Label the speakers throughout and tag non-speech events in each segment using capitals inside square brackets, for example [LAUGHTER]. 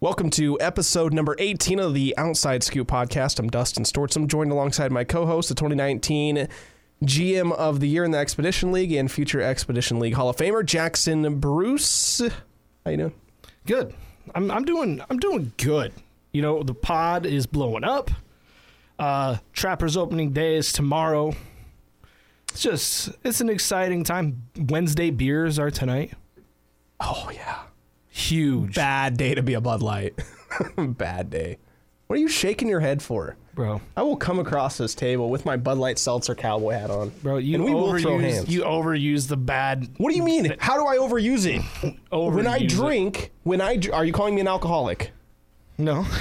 Speaker 1: Welcome to episode number 18 of the Outside Scoop podcast. I'm Dustin Storts. I'm joined alongside my co host, the 2019 GM of the Year in the Expedition League and future Expedition League Hall of Famer, Jackson Bruce. How you doing?
Speaker 2: Good. I'm, I'm doing I'm doing good. You know, the pod is blowing up. Uh, Trapper's opening day is tomorrow. It's just it's an exciting time. Wednesday beers are tonight.
Speaker 1: Oh, yeah.
Speaker 2: Huge,
Speaker 1: Bad day to be a Bud Light. [LAUGHS] Bad day. What are you shaking your head for?
Speaker 2: bro.
Speaker 1: I will come across this table with my Bud Light Seltzer cowboy hat on.
Speaker 2: Bro, you
Speaker 1: and we will
Speaker 2: overuse
Speaker 1: throw hands.
Speaker 2: you overuse the bad
Speaker 1: what do you mean? How do I overuse
Speaker 2: [LAUGHS]
Speaker 1: it?
Speaker 2: overuse
Speaker 1: when I
Speaker 2: it.
Speaker 1: drink, when I dr- are you calling me an alcoholic?
Speaker 2: No. [LAUGHS]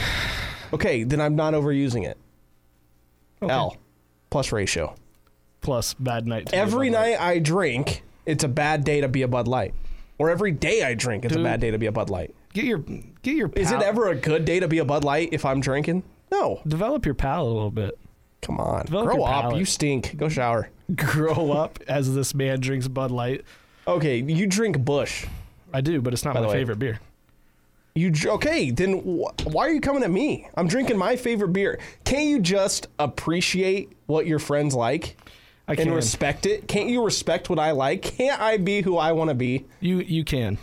Speaker 1: Okay, then I'm not overusing it.
Speaker 2: Okay.
Speaker 1: L plus ratio.
Speaker 2: plus bad night. to be
Speaker 1: Every
Speaker 2: a Bud Light.
Speaker 1: night I drink, it's a bad day to be a Bud Light. Or every day I drink, it's
Speaker 2: Dude.
Speaker 1: a bad day to be a Bud Light.
Speaker 2: get your get your
Speaker 1: Is it
Speaker 2: pal-
Speaker 1: ever a good day to be a Bud Light if I'm drinking? No.
Speaker 2: develop your palate a little bit. [LAUGHS]
Speaker 1: Come on.
Speaker 2: Develop
Speaker 1: Grow
Speaker 2: your
Speaker 1: up.
Speaker 2: palate.
Speaker 1: You stink. Go shower.
Speaker 2: Grow up as this man drinks Bud Light.
Speaker 1: Okay, you drink Bush.
Speaker 2: I do, but it's not
Speaker 1: By the
Speaker 2: my
Speaker 1: way.
Speaker 2: favorite beer.
Speaker 1: You dr- okay? Then wh- why are you coming at me? I'm drinking my favorite beer. Can't you just appreciate what your friends like
Speaker 2: I
Speaker 1: and
Speaker 2: can.
Speaker 1: respect it? Can't you respect what I like? Can't I be who I want to be?
Speaker 2: You you can,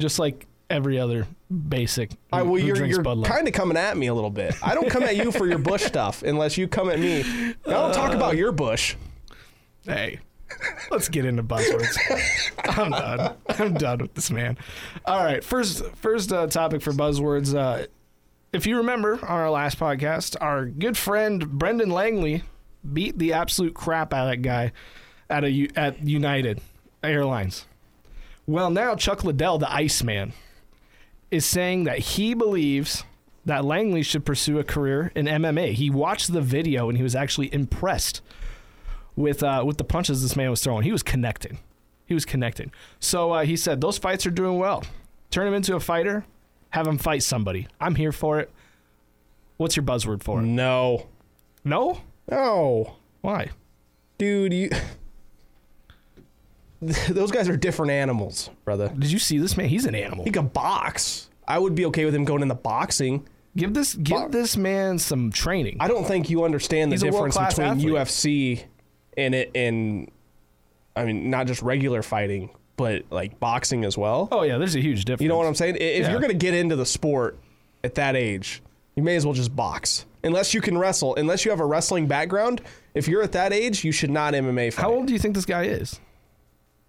Speaker 2: just like every other basic. Who,
Speaker 1: I, well,
Speaker 2: who
Speaker 1: you're
Speaker 2: drinks
Speaker 1: you're
Speaker 2: Bud Light.
Speaker 1: kind of coming at me a little bit. I don't come at you for your bush stuff unless you come at me. I don't
Speaker 2: Uh.
Speaker 1: talk about your bush.
Speaker 2: hey, let's get into buzzwords.
Speaker 1: [LAUGHS]
Speaker 2: I'm done. I'm done with this man. All right, first first uh, topic for buzzwords. Uh, if you remember on our last podcast, our good friend Brendan Langley beat the absolute crap out of that guy at a U- at United Airlines. Well, now Chuck Liddell, the Iceman, is saying that he believes that Langley should pursue a career in MMA. He watched the video and he was actually impressed with uh, with the punches this man was throwing. He was connecting. He was connecting. So uh, he said, "Those fights are doing well. Turn him into a fighter. Have him fight somebody. I'm here for it." What's your buzzword for
Speaker 1: Mm.
Speaker 2: it?
Speaker 1: No,
Speaker 2: No.
Speaker 1: no,
Speaker 2: Why?
Speaker 1: dude, you. [LAUGHS] Those guys are different animals, brother.
Speaker 2: Did you see this man? He's an animal.
Speaker 1: He could box. I would be okay with him going in the boxing.
Speaker 2: Give this give
Speaker 1: Fuck.
Speaker 2: this man some training.
Speaker 1: I don't think you understand the
Speaker 2: He's a
Speaker 1: difference
Speaker 2: world-class
Speaker 1: between
Speaker 2: athlete.
Speaker 1: UFC and it and I mean not just regular fighting, but like boxing as well.
Speaker 2: Oh yeah, there's a huge difference.
Speaker 1: You know what I'm saying? I- If
Speaker 2: Yeah.
Speaker 1: you're going to get into the sport at that age, you may as well just box. Unless you can wrestle, unless you have a wrestling background, if you're at that age, you should not MMA fight.
Speaker 2: How old do you think this guy is?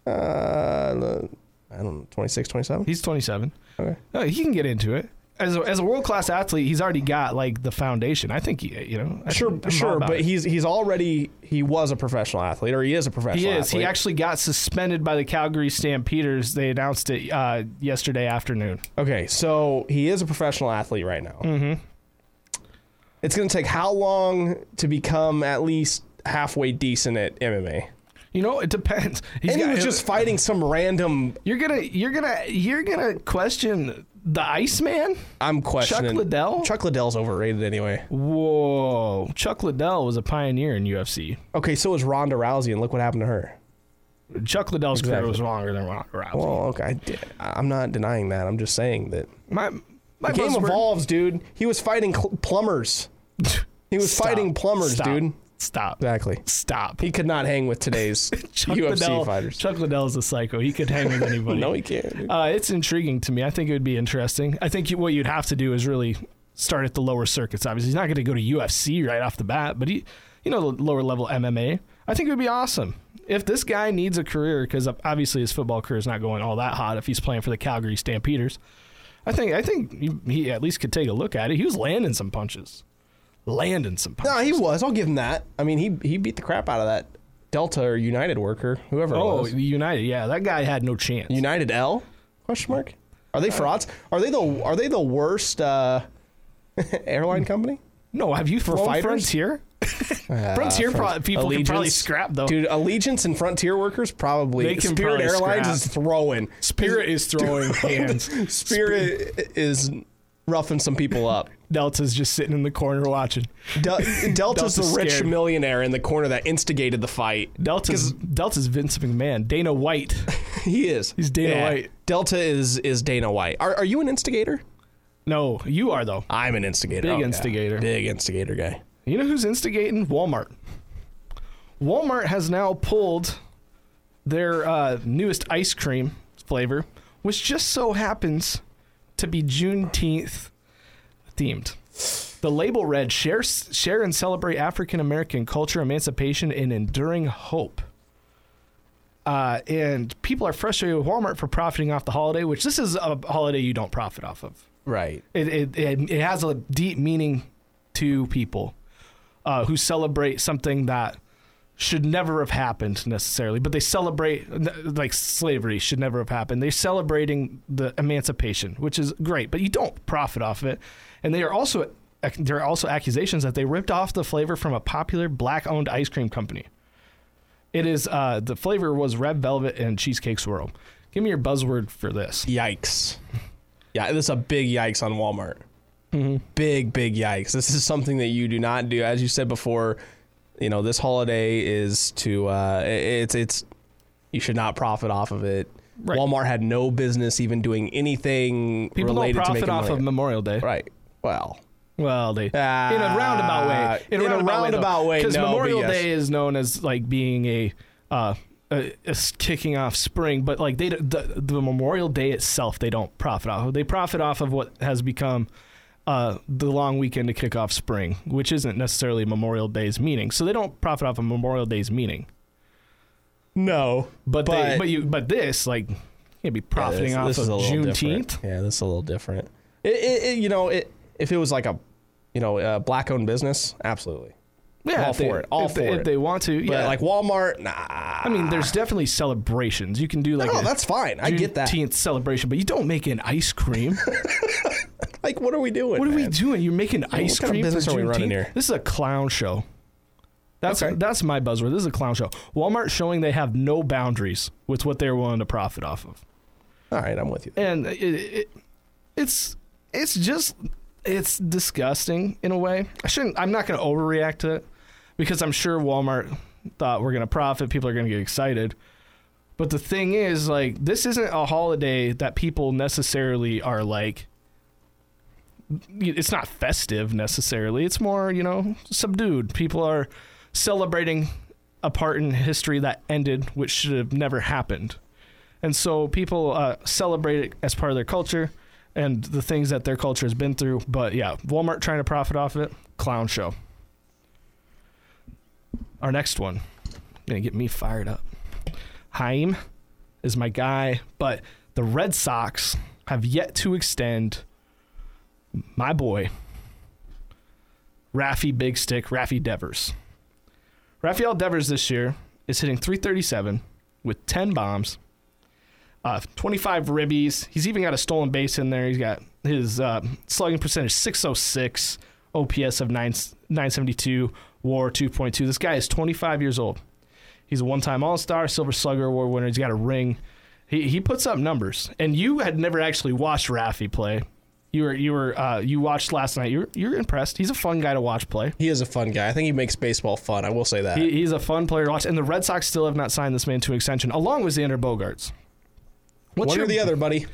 Speaker 1: Uh, I don't know, 26, 27?
Speaker 2: He's 27.
Speaker 1: Okay.
Speaker 2: Oh, he can get into it. As a, as a world class athlete, he's already got like the foundation. I think he, you know. I
Speaker 1: Sure,
Speaker 2: think- I'm all
Speaker 1: sure,
Speaker 2: about
Speaker 1: but
Speaker 2: it.
Speaker 1: he's he's already he was a professional athlete or he is a professional
Speaker 2: He is.
Speaker 1: athlete.
Speaker 2: He actually got suspended by the Calgary Stampeders. They announced it uh, yesterday afternoon.
Speaker 1: Okay, so he is a professional athlete right now. Mm-hmm. It's going to take how long to become at least halfway decent at MMA?
Speaker 2: You know, it depends. He's
Speaker 1: and he
Speaker 2: got-
Speaker 1: was just fighting some random.
Speaker 2: You're gonna, you're gonna, you're gonna question the Iceman.
Speaker 1: I'm questioning.
Speaker 2: Liddell?
Speaker 1: Chuck Liddell's overrated anyway.
Speaker 2: Whoa, Chuck Liddell was a pioneer in UFC.
Speaker 1: Okay, so is Ronda Rousey, and look what happened to her.
Speaker 2: Chuck Liddell's career
Speaker 1: Exactly.
Speaker 2: was longer than Ronda Rousey.
Speaker 1: Well, okay, I did, I'm not denying that. I'm just saying that
Speaker 2: my my
Speaker 1: the game
Speaker 2: buzzword-
Speaker 1: evolves, dude. He was fighting cl- plumbers. He was
Speaker 2: Stop.
Speaker 1: fighting plumbers,
Speaker 2: Stop.
Speaker 1: dude.
Speaker 2: Stop.
Speaker 1: Exactly.
Speaker 2: Stop.
Speaker 1: He could not hang with today's
Speaker 2: [LAUGHS] Chuck
Speaker 1: UFC
Speaker 2: Liddell,
Speaker 1: fighters.
Speaker 2: Chuck Liddell is a psycho. He could
Speaker 1: [LAUGHS]
Speaker 2: hang with anybody.
Speaker 1: No, he can't. dude.
Speaker 2: Uh, it's intriguing to me. I think it would be interesting. I think you, what you'd have to do is really start at the lower circuits. Obviously, he's not going to go to UFC right off the bat, but he, you know, the lower level MMA. I think it would be awesome if this guy needs a career because obviously his football career is not going all that hot if he's playing for the Calgary Stampeders. I think I think he, he at least could take a look at it. He was landing some punches, landing some punches.
Speaker 1: No, he was. I'll give him that. I mean, he he beat the crap out of that Delta or United worker, whoever it
Speaker 2: oh,
Speaker 1: was.
Speaker 2: United, yeah, that guy had no chance.
Speaker 1: United L? Question mark. Are
Speaker 2: Uh,
Speaker 1: they frauds? Are they the are they the worst uh, [LAUGHS] airline company?
Speaker 2: no, have you for
Speaker 1: fighters?
Speaker 2: [LAUGHS] Frontier?
Speaker 1: Uh,
Speaker 2: Frontier pro- people can probably
Speaker 1: Allegiance?
Speaker 2: scrap though.
Speaker 1: Dude, Allegiance and Frontier workers probably.
Speaker 2: They can
Speaker 1: Spirit
Speaker 2: probably
Speaker 1: Airlines
Speaker 2: scrap.
Speaker 1: is throwing.
Speaker 2: Spirit is [LAUGHS] throwing hands.
Speaker 1: Spirit is roughing some people up.
Speaker 2: Delta's just sitting in the corner watching. [LAUGHS]
Speaker 1: Del- Delta's the
Speaker 2: Delta's
Speaker 1: rich
Speaker 2: scared.
Speaker 1: millionaire in the corner that instigated the fight. [LAUGHS]
Speaker 2: Delta's Delta's Vince McMahon. Dana White.
Speaker 1: He is. He's
Speaker 2: Dana White.
Speaker 1: Delta is is Dana White. Are are you an instigator?
Speaker 2: No, you are though.
Speaker 1: I'm an instigator.
Speaker 2: Big
Speaker 1: yeah.
Speaker 2: instigator.
Speaker 1: Big instigator guy.
Speaker 2: You know who's instigating? Walmart. Walmart has now pulled their uh, newest ice cream flavor, which just so happens to be Juneteenth themed. The label read "Share, share and celebrate African American culture, emancipation, and enduring hope." Uh, and people are frustrated with Walmart for profiting off the holiday, which this is a holiday you don't profit off of
Speaker 1: Right.
Speaker 2: it, it, it, it has a deep meaning to people uh, who celebrate something that should never have happened necessarily, but they celebrate like slavery should never have happened. They're celebrating the emancipation, which is great, but you don't profit off of it. And they are also there are also accusations that they ripped off the flavor from a popular black-owned ice cream company. It is uh, the flavor was red velvet and cheesecake swirl. Give me your buzzword for this.
Speaker 1: Yikes. Yeah, this is a big yikes on Walmart.
Speaker 2: Mm-hmm.
Speaker 1: Big, big yikes. This is something that you do not do. As you said before, you know, this holiday is to, uh, i- it's, it's, you should not profit off of it.
Speaker 2: Right.
Speaker 1: Walmart had no business even doing anything
Speaker 2: People
Speaker 1: related
Speaker 2: don't
Speaker 1: to
Speaker 2: profit
Speaker 1: making
Speaker 2: off
Speaker 1: money.
Speaker 2: of Memorial Day.
Speaker 1: Right. Well,
Speaker 2: Well, they
Speaker 1: Ah,
Speaker 2: in a roundabout way. In a roundabout, way, because
Speaker 1: no, but
Speaker 2: Memorial
Speaker 1: yes.
Speaker 2: Day is known as like being a, uh, a, a s- kicking off spring, but like they d- the, the Memorial Day itself, they don't profit off. of. They profit off of what has become uh, the long weekend to kick off spring, which isn't necessarily Memorial Day's meaning. So they don't profit off of Memorial Day's meaning.
Speaker 1: no.
Speaker 2: But they,
Speaker 1: But-
Speaker 2: but you but this like you'd be
Speaker 1: Yeah,
Speaker 2: profiting
Speaker 1: this-
Speaker 2: off
Speaker 1: this
Speaker 2: of
Speaker 1: is a little different.
Speaker 2: Juneteenth.
Speaker 1: Yeah, this is a little different. It, it, it, you know, it, if it was like a, you know, a black-owned business, absolutely.
Speaker 2: Yeah,
Speaker 1: All
Speaker 2: if they-
Speaker 1: for it. All
Speaker 2: if they,
Speaker 1: for
Speaker 2: if
Speaker 1: it.
Speaker 2: they want to.
Speaker 1: But
Speaker 2: yeah,
Speaker 1: like Walmart, nah.
Speaker 2: I mean, there's definitely celebrations. You can do like
Speaker 1: No,
Speaker 2: a-
Speaker 1: that's fine. I get that.
Speaker 2: Juneteenth celebration, but you don't make an ice
Speaker 1: [LAUGHS]
Speaker 2: cream.
Speaker 1: Like, what are we doing?
Speaker 2: what are we
Speaker 1: man?
Speaker 2: doing? You're making ice
Speaker 1: kind of
Speaker 2: cream.
Speaker 1: business
Speaker 2: for
Speaker 1: are we running
Speaker 2: Juneteenth?
Speaker 1: here?
Speaker 2: This is a clown show. That's
Speaker 1: Okay.
Speaker 2: that's my buzzword. This is a clown show. Walmart showing they have no boundaries with what they're willing to profit off of,
Speaker 1: All right, I'm with you.
Speaker 2: and it, it, it's it's just it's disgusting in a way. I shouldn't. I'm not going to overreact to it because I'm sure Walmart thought we're going to profit. People are going to get excited. But the thing is, like, this isn't a holiday that people necessarily are like. It's not festive necessarily. It's more, you know, subdued. People are celebrating a part in history that ended, which should have never happened. And so people uh, celebrate it as part of their culture and the things that their culture has been through. But yeah, Walmart trying to profit off of it, clown show. Our next one, gonna get me fired up. Haim is my guy, but the Red Sox have yet to extend my boy, Raffy Big Stick, Raffy Devers. Rafael Devers this year is hitting 337 with 10 bombs, uh, 25 ribbies. He's even got a stolen base in there. He's got his uh, slugging percentage 606, OPS of 9, 972, WAR 2.2. This guy is 25 years old. He's a one-time All-Star, Silver Slugger Award winner. He's got a ring. He he puts up numbers. And you had never actually watched Raffy play. You were you were uh, you watched last night. You're you're impressed. He's a fun guy to watch play.
Speaker 1: He is a fun guy. I think he makes baseball fun. I will say that.
Speaker 2: He, he's a fun player to watch. And the Red Sox still have not signed this man to an extension, along with Xander Bogarts. What's
Speaker 1: One or the other, buddy.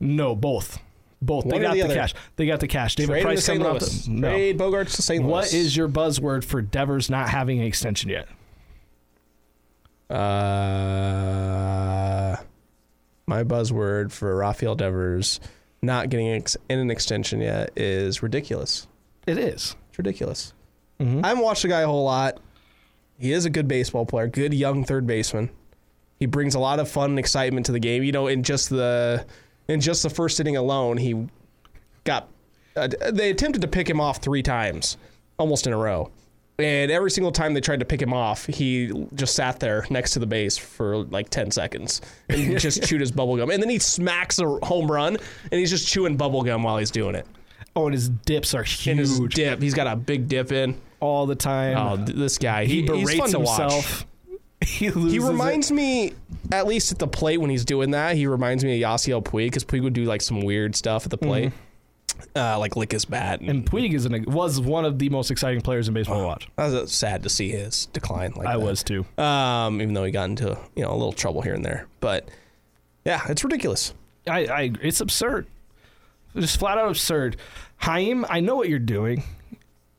Speaker 2: No, both. Both.
Speaker 1: One
Speaker 2: they
Speaker 1: or
Speaker 2: got
Speaker 1: the
Speaker 2: the,
Speaker 1: other.
Speaker 2: cash. They got the cash. David
Speaker 1: Trade him to
Speaker 2: Price
Speaker 1: St.
Speaker 2: coming off.
Speaker 1: Louis.
Speaker 2: The, no.
Speaker 1: Trade Bogarts to St. Louis.
Speaker 2: What is your buzzword for Devers not having an extension yet?
Speaker 1: Uh, my buzzword for Rafael Devers not getting ex- in an extension yet is ridiculous.
Speaker 2: It is.
Speaker 1: It's ridiculous.
Speaker 2: Mhm.
Speaker 1: I haven't watched the guy a whole lot. He is a good baseball player, good young third baseman. He brings a lot of fun and excitement to the game. You know, in just the in just the first inning alone, he got uh, they attempted to pick him off three times, almost in a row. And every single time they tried to pick him off, he just sat there next to the base for like 10 seconds and just chewed his bubble gum. And then he smacks a home run and he's just chewing bubble gum while he's doing it.
Speaker 2: Oh, and his dips are huge
Speaker 1: And his dip, he's got a big dip in.
Speaker 2: all the time.
Speaker 1: Oh, th- this guy. He,
Speaker 2: he, berates
Speaker 1: he's fun to watch.
Speaker 2: himself. He
Speaker 1: [LAUGHS]
Speaker 2: loses.
Speaker 1: He
Speaker 2: it.
Speaker 1: reminds me, at least at the plate when he's doing that, he reminds me of Yasiel Puig because Puig would do like some weird stuff at the plate, uh, like lick his bat. And,
Speaker 2: And Puig is an, was one of the most exciting players in baseball to watch.
Speaker 1: I was uh, sad to see his decline. Like
Speaker 2: I
Speaker 1: that.
Speaker 2: was too.
Speaker 1: um, even though he got into you know a little trouble here and there. But yeah, it's ridiculous.
Speaker 2: I, I it's absurd. just flat out absurd. Haim, I know what you're doing.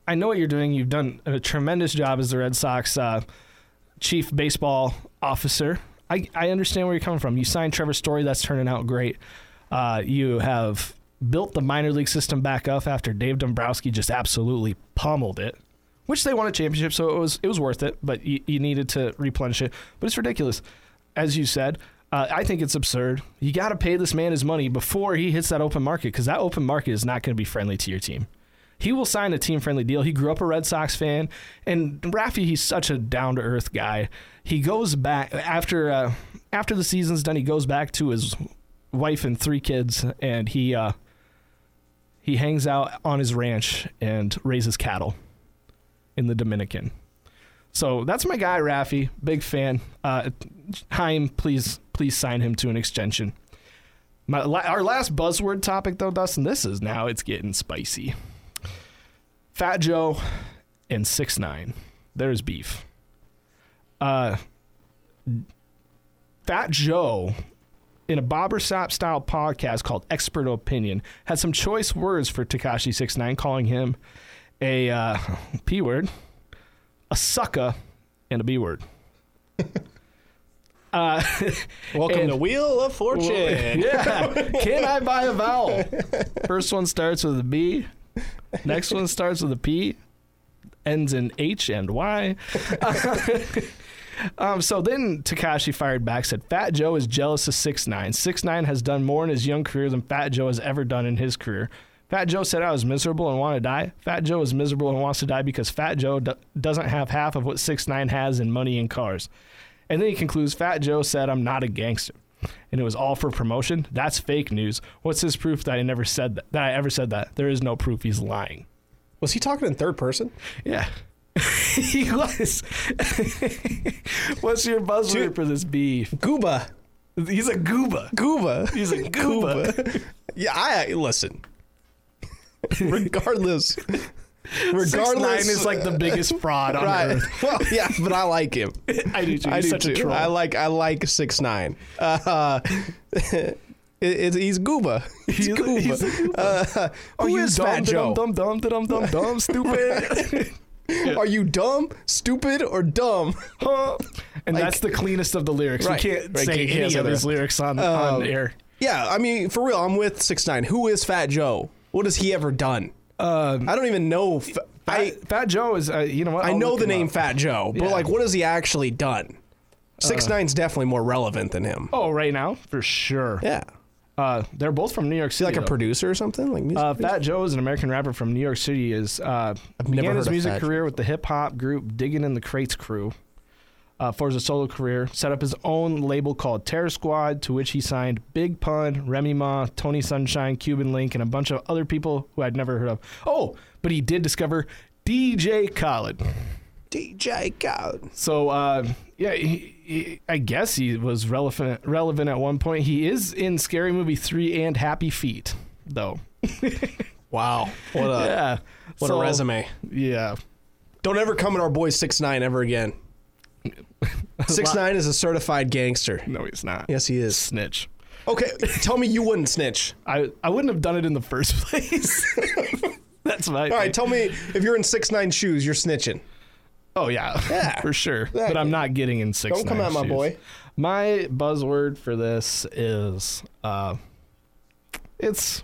Speaker 2: I know what you're doing. You've done a tremendous job as the Red Sox uh, chief baseball officer. I, I understand where you're coming from. You signed Trevor Story. That's turning out great. Uh, you have built the minor league system back up after Dave Dombrowski just absolutely pummeled it, which they won a championship, so it was it was worth it. But you, you needed to replenish it. But it's ridiculous, as you said. Uh, I think it's absurd. You got to pay this man his money before he hits that open market because that open market is not going to be friendly to your team. He will sign a team friendly deal. He grew up a Red Sox fan, and Rafi, he's such a down to earth guy. He goes back after uh, after the season's done. He goes back to his wife and three kids, and he uh, he hangs out on his ranch and raises cattle in the Dominican. So that's my guy, Rafi. Big fan. Uh, Haim, please, please sign him to an extension. My, la- our last buzzword topic, though, Dustin. This is now it's getting spicy. Fat Joe and Six Nine. There's beef. Uh, Fat Joe, in a Bobbersop style podcast called Expert Opinion, had some choice words for Takashi Six Nine, calling him a uh, [LAUGHS] p word, a sucker, and a b
Speaker 1: [LAUGHS]
Speaker 2: word. uh, [LAUGHS]
Speaker 1: Welcome
Speaker 2: And-
Speaker 1: to Wheel of Fortune. [LAUGHS]
Speaker 2: [LAUGHS] yeah. Can I buy a vowel? First one starts with a B. Next one starts with a P. Ends in H and Y. um, so then Takashi fired back, said, "Fat Joe is jealous of Six Nine. Six Nine has done more in his young career than Fat Joe has ever done in his career." Fat Joe said I was miserable and want to die. Fat Joe is miserable and wants to die because Fat Joe do- doesn't have half of what Six Nine has in money and cars. And then he concludes Fat Joe said, I'm not a gangster. And it was all for promotion. That's fake news. What's his proof that I never said that, that I ever said that? There is no proof he's lying.
Speaker 1: Was he talking in third person?
Speaker 2: Yeah. [LAUGHS] he was. [LAUGHS] What's your buzzword
Speaker 1: Dude.
Speaker 2: for this beef?
Speaker 1: Gooba.
Speaker 2: He's a gooba.
Speaker 1: Gooba.
Speaker 2: He's a gooba.
Speaker 1: yeah, I
Speaker 2: [LAUGHS]
Speaker 1: listen. regardless.
Speaker 2: Six nine
Speaker 1: regardless
Speaker 2: is like the [LAUGHS] biggest fraud on
Speaker 1: right. [LAUGHS]
Speaker 2: earth.
Speaker 1: Well, yeah, but I like him.
Speaker 2: I do too. [LAUGHS] He's
Speaker 1: I do
Speaker 2: such
Speaker 1: too.
Speaker 2: a troll.
Speaker 1: I like I like six nine. Uh, [LAUGHS] it, it's, he's Gooba. He's,
Speaker 2: He's a-
Speaker 1: Gooba.
Speaker 2: he's a
Speaker 1: Uh,
Speaker 2: Are
Speaker 1: who
Speaker 2: Oh, you
Speaker 1: is
Speaker 2: dumb,
Speaker 1: Fat Joe?
Speaker 2: Dumb, dumb, dumb, dumb, [LAUGHS] dumb, stupid.
Speaker 1: Are you dumb, stupid, or dumb?
Speaker 2: [LAUGHS]
Speaker 1: [LAUGHS]
Speaker 2: Huh? and that's the cleanest of the lyrics.
Speaker 1: Right.
Speaker 2: You can't
Speaker 1: Right,
Speaker 2: say
Speaker 1: can't- can't
Speaker 2: any
Speaker 1: say
Speaker 2: of
Speaker 1: that.
Speaker 2: his lyrics on,
Speaker 1: Um,
Speaker 2: on air.
Speaker 1: Yeah, I mean, for real, I'm with six nine. Who is Fat Joe? What has he ever done?
Speaker 2: Um,
Speaker 1: I don't even know. F- I
Speaker 2: Fat, Fat Joe is, uh, you know what?
Speaker 1: I
Speaker 2: I'll
Speaker 1: know
Speaker 2: look
Speaker 1: the
Speaker 2: him
Speaker 1: name
Speaker 2: up.
Speaker 1: Fat Joe, but
Speaker 2: Yeah. Uh,
Speaker 1: like, what has he actually done? Six nine's definitely more relevant than him.
Speaker 2: Oh, right now for sure.
Speaker 1: Yeah,
Speaker 2: Uh, they're both from New York City.
Speaker 1: like a
Speaker 2: though.
Speaker 1: producer or something. Like, music
Speaker 2: Uh,
Speaker 1: producer?
Speaker 2: Fat Joe is an American rapper from New York City. Is uh,
Speaker 1: never
Speaker 2: began
Speaker 1: heard
Speaker 2: his
Speaker 1: of
Speaker 2: music
Speaker 1: Fat Joe.
Speaker 2: career with the hip hop group Digging in the Crates Crew. Uh, for his solo career, set up his own label called Terror Squad, to which he signed Big Pun, Remy Ma, Tony Sunshine, Cuban Link, and a bunch of other people who I'd never heard of. Oh, but he did discover DJ Khaled.
Speaker 1: DJ God.
Speaker 2: So uh, yeah, he, he, I guess he was relevant relevant at one point. He is in Scary Movie three and Happy Feet though.
Speaker 1: Wow, what a
Speaker 2: yeah,
Speaker 1: what
Speaker 2: So,
Speaker 1: a resume.
Speaker 2: Yeah,
Speaker 1: Don't ever come at our boy six nine ever
Speaker 2: [LAUGHS]
Speaker 1: again. Six nine is a certified gangster.
Speaker 2: no, he's not.
Speaker 1: Yes, he is.
Speaker 2: Snitch.
Speaker 1: Okay, tell me you wouldn't snitch.
Speaker 2: I I wouldn't have done it in the first [LAUGHS] place. That's my.
Speaker 1: All right, tell me if you're in six nine shoes, you're snitching.
Speaker 2: oh yeah, [LAUGHS]
Speaker 1: Yeah,
Speaker 2: for sure. But
Speaker 1: exactly.
Speaker 2: I'm not getting in six.
Speaker 1: Don't come
Speaker 2: nine
Speaker 1: at my
Speaker 2: shoes.
Speaker 1: boy.
Speaker 2: My buzzword for this is uh, it's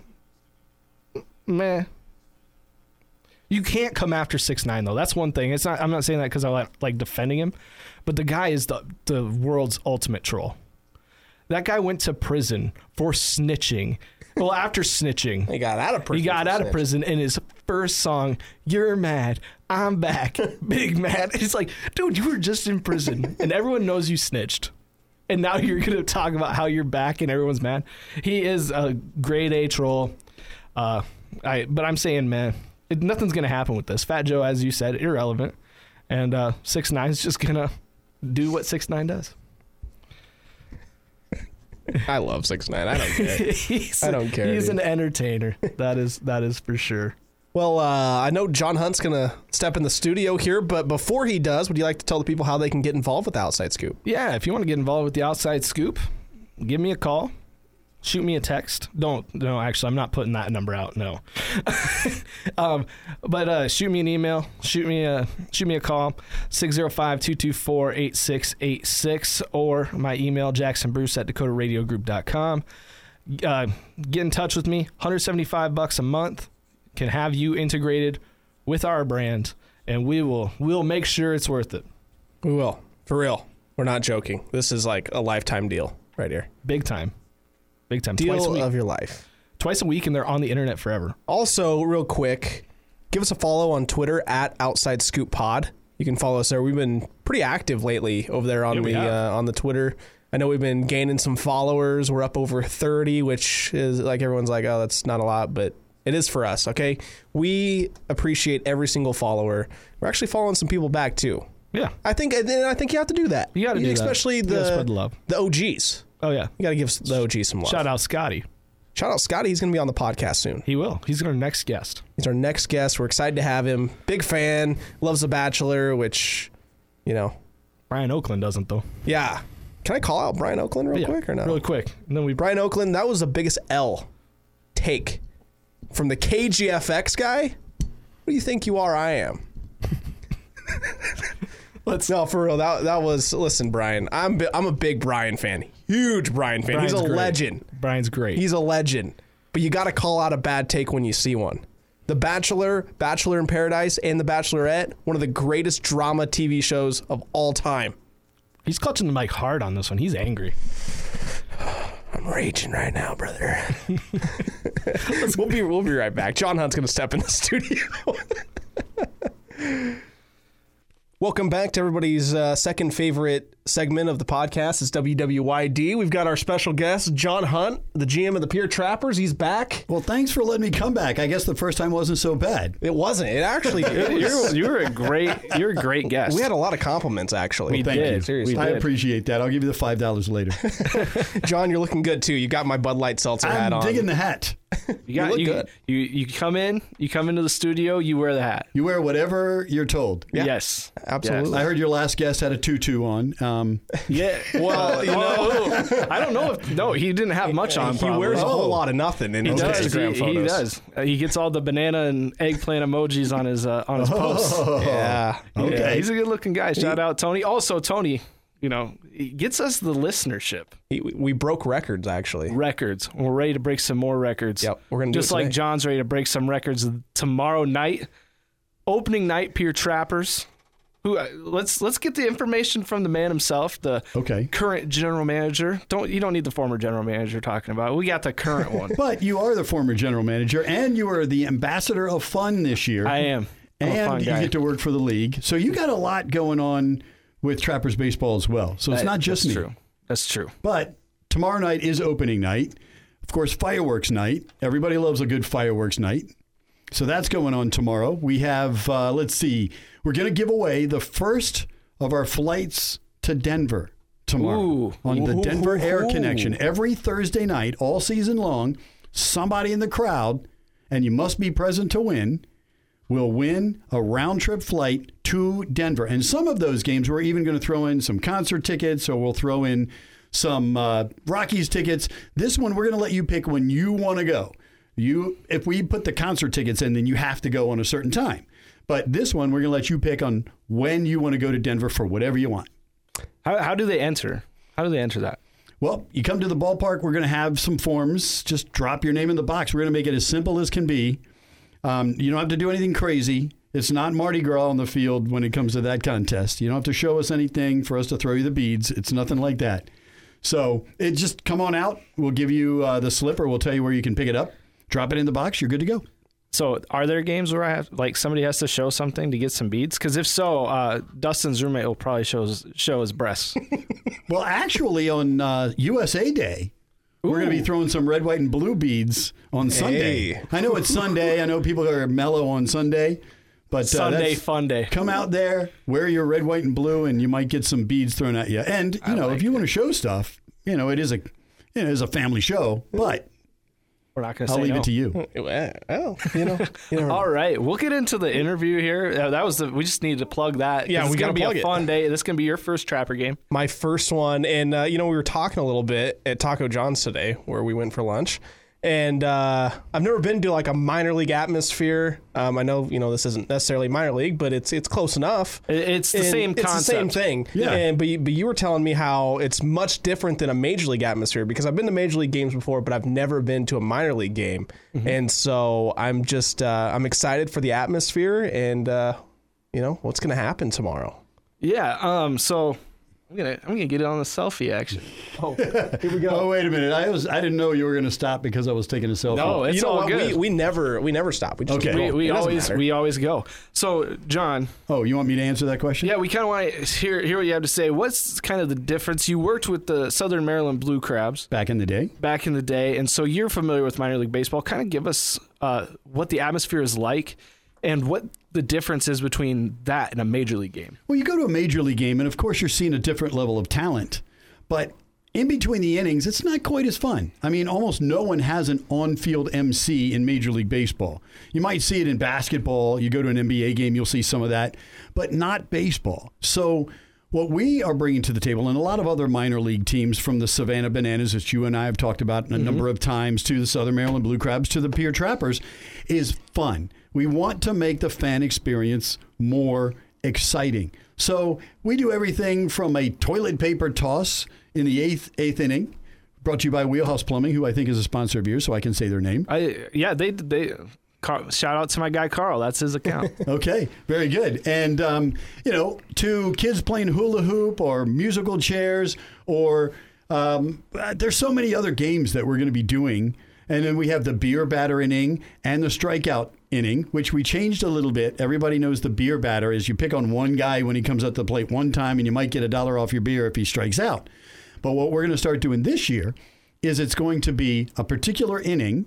Speaker 2: meh. You can't come after six nine though. That's one thing. It's not. I'm not saying that because I like, like defending him, but the guy is the the world's ultimate troll. That guy went to prison for snitching. Well, after snitching,
Speaker 1: He got out of prison.
Speaker 2: He got
Speaker 1: for
Speaker 2: out of
Speaker 1: snitching.
Speaker 2: prison and his first song, You're Mad, I'm Back, [LAUGHS] Big Mad. It's like, dude, you were just in [LAUGHS] prison and everyone knows you snitched. And now [LAUGHS] you're going to talk about how you're back and everyone's mad. He is a grade A troll. Uh, I, but I'm saying, man, it, nothing's going to happen with this. Fat Joe, as you said, irrelevant. And uh, 6 9 is just going to do what 6 9 does.
Speaker 1: I love six nine. I don't care.
Speaker 2: [LAUGHS] He's-
Speaker 1: I don't care,
Speaker 2: He's
Speaker 1: dude.
Speaker 2: an entertainer. [LAUGHS] That is that is for sure.
Speaker 1: Well, uh, I know John Hunt's going to step in the studio here, but before he does, would you like to tell the people how they can get involved with Outside Scoop?
Speaker 2: Yeah, if you want to get involved with the outside scoop, give me a call. shoot me a text. Don't no, actually, I'm not putting that number out. No, [LAUGHS] um, but uh, shoot me an email. Shoot me a shoot me a call. 605-224-8686 or my email jacksonbruce at dakotaradiogroup.com. Uh, get in touch with me. 175 bucks a month can have you integrated with our brand, and we will we'll make sure it's worth it.
Speaker 1: We will. For real. We're not joking. This is like a lifetime deal right here.
Speaker 2: Big time, big time. twice a
Speaker 1: Deal
Speaker 2: week,
Speaker 1: of your life.
Speaker 2: twice a week, and they're on the internet forever.
Speaker 1: Also, real quick, give us a follow on Twitter at Outside Scoop Pod. You can follow us there. We've been pretty active lately over there on
Speaker 2: Yeah, we
Speaker 1: the
Speaker 2: have.
Speaker 1: uh, on the Twitter. I know we've been gaining some followers. We're up over thirty, which is like everyone's like, oh, that's not a lot, but it is for us. Okay, we appreciate every single follower. We're actually following some people back too.
Speaker 2: Yeah,
Speaker 1: I think, and I think you have to do that.
Speaker 2: You gotta do that.
Speaker 1: especially
Speaker 2: You
Speaker 1: the
Speaker 2: gotta spread the love.
Speaker 1: the OGs.
Speaker 2: Oh yeah.
Speaker 1: You got to give the OGs some love.
Speaker 2: Shout out Scotty.
Speaker 1: Shout out Scotty. He's going to be on the podcast soon.
Speaker 2: He will. He's our next guest.
Speaker 1: He's our next guest. We're excited to have him. Big fan. Loves The Bachelor, which, you know,
Speaker 2: Brian Oakland doesn't though.
Speaker 1: yeah. Can I call out Brian Oakland real
Speaker 2: Yeah,
Speaker 1: quick or no?
Speaker 2: Really quick. And then we
Speaker 1: Brian Oakland, that was the biggest L take from the KGFX guy. What do you think you are? I
Speaker 2: [LAUGHS]
Speaker 1: am. Let's no for real. That that was listen, Brian. I'm bi- I'm a big Brian fan, huge Brian fan.
Speaker 2: Brian's
Speaker 1: He's a
Speaker 2: great.
Speaker 1: legend.
Speaker 2: Brian's great.
Speaker 1: He's a legend, but you got to call out a bad take when you see one. The Bachelor, Bachelor in Paradise, and The Bachelorette, one of the greatest drama TV shows of all time.
Speaker 2: he's clutching the mic hard on this one. He's angry.
Speaker 1: I'm raging right now, brother. [LAUGHS] we'll be we'll be right back. John Hunt's gonna step in the studio. Welcome back to everybody's uh, second favorite segment of the podcast. It's WWYD. We've got our special guest, John Hunt, the GM of the Pier Trappers. He's back.
Speaker 3: Well, thanks for letting me come back. I guess the first time wasn't so bad.
Speaker 1: It wasn't. It [LAUGHS] actually. It was-
Speaker 4: You're, you're a great you're a great guest.
Speaker 1: we had a lot of compliments actually.
Speaker 4: We
Speaker 3: Thank
Speaker 4: did.
Speaker 3: you.
Speaker 4: Seriously.
Speaker 3: I appreciate that. I'll give you the five dollars
Speaker 4: [LAUGHS]
Speaker 3: later.
Speaker 1: John, you're looking good too. You got my Bud Light seltzer hat
Speaker 3: I'm
Speaker 1: on.
Speaker 3: digging the hat.
Speaker 4: you, got,
Speaker 1: look
Speaker 4: you,
Speaker 1: good.
Speaker 4: you you come in, you come into the studio, you wear the hat.
Speaker 3: You wear whatever you're told.
Speaker 4: Yes.
Speaker 1: Absolutely.
Speaker 3: I heard your last guest had a tutu on. Um,
Speaker 4: Yes. Yeah. Well, [LAUGHS] you know, I don't know if no, he didn't have much on.
Speaker 1: he
Speaker 4: probably.
Speaker 1: wears a
Speaker 3: Oh.
Speaker 1: whole lot of nothing in
Speaker 4: He
Speaker 1: his
Speaker 4: does.
Speaker 1: Instagram
Speaker 4: he,
Speaker 1: photos.
Speaker 4: he does. Uh, He gets all the banana and eggplant emojis on his uh, on his posts.
Speaker 1: Oh. Yeah.
Speaker 3: okay.
Speaker 4: Yeah, he's a good looking guy. Shout out Tony. Also, Tony, you know, he gets us the listenership
Speaker 1: He- we broke records actually.
Speaker 4: records. We're ready to break some more records.
Speaker 1: Yep, we're gonna do
Speaker 4: just
Speaker 1: it
Speaker 4: like
Speaker 1: today.
Speaker 4: John's ready to break some records tomorrow night, opening night. Pier Trappers. Who? uh, Let's let's get the information from the man himself. The
Speaker 3: okay.
Speaker 4: current general manager. Don't you don't need the former general manager talking about. We got the
Speaker 1: [LAUGHS]
Speaker 4: current one.
Speaker 3: But you are the former general manager, and you are the ambassador of fun this year.
Speaker 4: I am. I'm a fun
Speaker 3: and you
Speaker 4: guy.
Speaker 3: get to work for the league, so you got a lot going on with Trappers baseball as well. So it's not just
Speaker 4: That's
Speaker 3: me.
Speaker 4: true. That's true.
Speaker 3: But tomorrow night is opening night. Of course, fireworks night. Everybody loves a good fireworks night. So that's going on tomorrow. We have, uh, let's see, we're going to give away the first of our flights to Denver tomorrow
Speaker 4: Ooh.
Speaker 3: on the Denver Air Connection. Every Thursday night, all season long, somebody in the crowd, and you must be present to win, will win a round trip flight to Denver. And some of those games, we're even going to throw in some concert tickets, so we'll throw in some uh, Rockies tickets. This one, we're going to let you pick when you want to go. You, if we put the concert tickets in, then you have to go on a certain time. But this one, we're going to let you pick on when you want to go to Denver for whatever you want.
Speaker 4: How how do they enter? How do they enter that?
Speaker 3: Well, you come to the ballpark, we're going to have some forms. Just drop your name in the box. We're going to make it as simple as can be. Um, you don't have to do anything crazy. It's not Mardi Gras on the field when it comes to that contest. You don't have to show us anything for us to throw you the beads. It's nothing like that. So it just come on out. We'll give you uh, the slip or we'll tell you where you can pick it up. Drop it in the box. You're good to go.
Speaker 4: So, are there games where I have like somebody has to show something to get some beads? Because if so, uh, Dustin's roommate will probably show his, show his
Speaker 1: [LAUGHS]
Speaker 4: breasts.
Speaker 3: Well, actually, on uh, USA Day, we're going to be throwing some red, white, and blue beads on Sunday.
Speaker 1: Hey.
Speaker 3: I know it's Sunday. I know people are mellow on Sunday, but uh,
Speaker 4: Sunday
Speaker 3: that's-
Speaker 4: fun day.
Speaker 3: Come out there, wear your red, white, and blue, and you might get some beads thrown at you. And you know, if you want to show stuff, you know, it is a you know, it is a family show, but
Speaker 2: We're not going to
Speaker 3: I'll
Speaker 2: say
Speaker 3: leave
Speaker 2: no.
Speaker 3: it to you.
Speaker 1: Oh, you know, you never know.
Speaker 2: All right, we'll get into the interview here. Uh, that was the we just needed to plug that.
Speaker 1: Yeah,
Speaker 2: 'cause
Speaker 1: we
Speaker 2: it's
Speaker 1: gotta
Speaker 2: gonna be
Speaker 1: plug
Speaker 2: a
Speaker 1: it.
Speaker 2: fun day. This is gonna be your first Trapper game.
Speaker 1: my first one, and uh, you know, we were talking a little bit at Taco John's today, where we went for lunch, and uh, I've never been to like a minor league atmosphere. Um, I know you know this isn't necessarily minor league, but it's it's close enough.
Speaker 2: It- It's the
Speaker 1: And
Speaker 2: same
Speaker 1: it's
Speaker 2: concept.
Speaker 1: the same thing.
Speaker 3: Yeah.
Speaker 1: And but you, but you were telling me how it's much different than a major league atmosphere because I've been to major league games before, but I've never been to a minor league game,
Speaker 2: Mm-hmm.
Speaker 1: and so I'm just uh, I'm excited for the atmosphere and uh, you know what's going to happen tomorrow.
Speaker 2: Yeah. Um. So I'm gonna I'm gonna get on the selfie action.
Speaker 3: Oh, wait a minute. I was I didn't know you were going to stop because I was taking a selfie.
Speaker 2: No,
Speaker 1: Oh,
Speaker 2: it's
Speaker 1: you know
Speaker 2: all
Speaker 1: what?
Speaker 2: good.
Speaker 1: We, we never we never stop. We just
Speaker 3: Okay.
Speaker 1: go.
Speaker 2: we, we
Speaker 1: It doesn't
Speaker 2: always
Speaker 1: matter.
Speaker 2: we always go. So John,
Speaker 3: Oh, you want me to answer that question?
Speaker 2: yeah, we kind of want to hear hear what you have to say. What's kind of the difference? You worked with the Southern Maryland Blue Crabs
Speaker 3: Back in the day.
Speaker 2: back in the day, and so you're familiar with minor league baseball. Kind of give us uh, what the atmosphere is like, and what the difference is between that and a major league game.
Speaker 3: Well, you go to a major league game, and of course, you're seeing a different level of talent. But in between the innings, it's not quite as fun. I mean, almost no one has an on field MC in Major League Baseball. You might see it in basketball. You go to an NBA game, you'll see some of that, but not baseball. So, what we are bringing to the table, and a lot of other minor league teams from the Savannah Bananas that you and I have talked about a number of times, to the Southern Maryland Blue Crabs, to the Pier Trappers, is fun. We want to make the fan experience more exciting. So we do everything from a toilet paper toss in the eighth eighth inning, brought to you by Wheelhouse Plumbing, who I think is a sponsor of yours, so I can say their name.
Speaker 2: I yeah they they Car- shout out to my guy Carl. That's his
Speaker 3: [LAUGHS]
Speaker 2: account.
Speaker 3: Okay, very good. And um, you know, to kids playing hula hoop or musical chairs, or um, uh, there's so many other games that we're going to be doing. And then we have the beer batter inning and the strikeout inning, which we changed a little bit. Everybody knows the beer batter is you pick on one guy when he comes up to the plate one time, and you might get a dollar off your beer if he strikes out. But what we're going to start doing this year is it's going to be a particular inning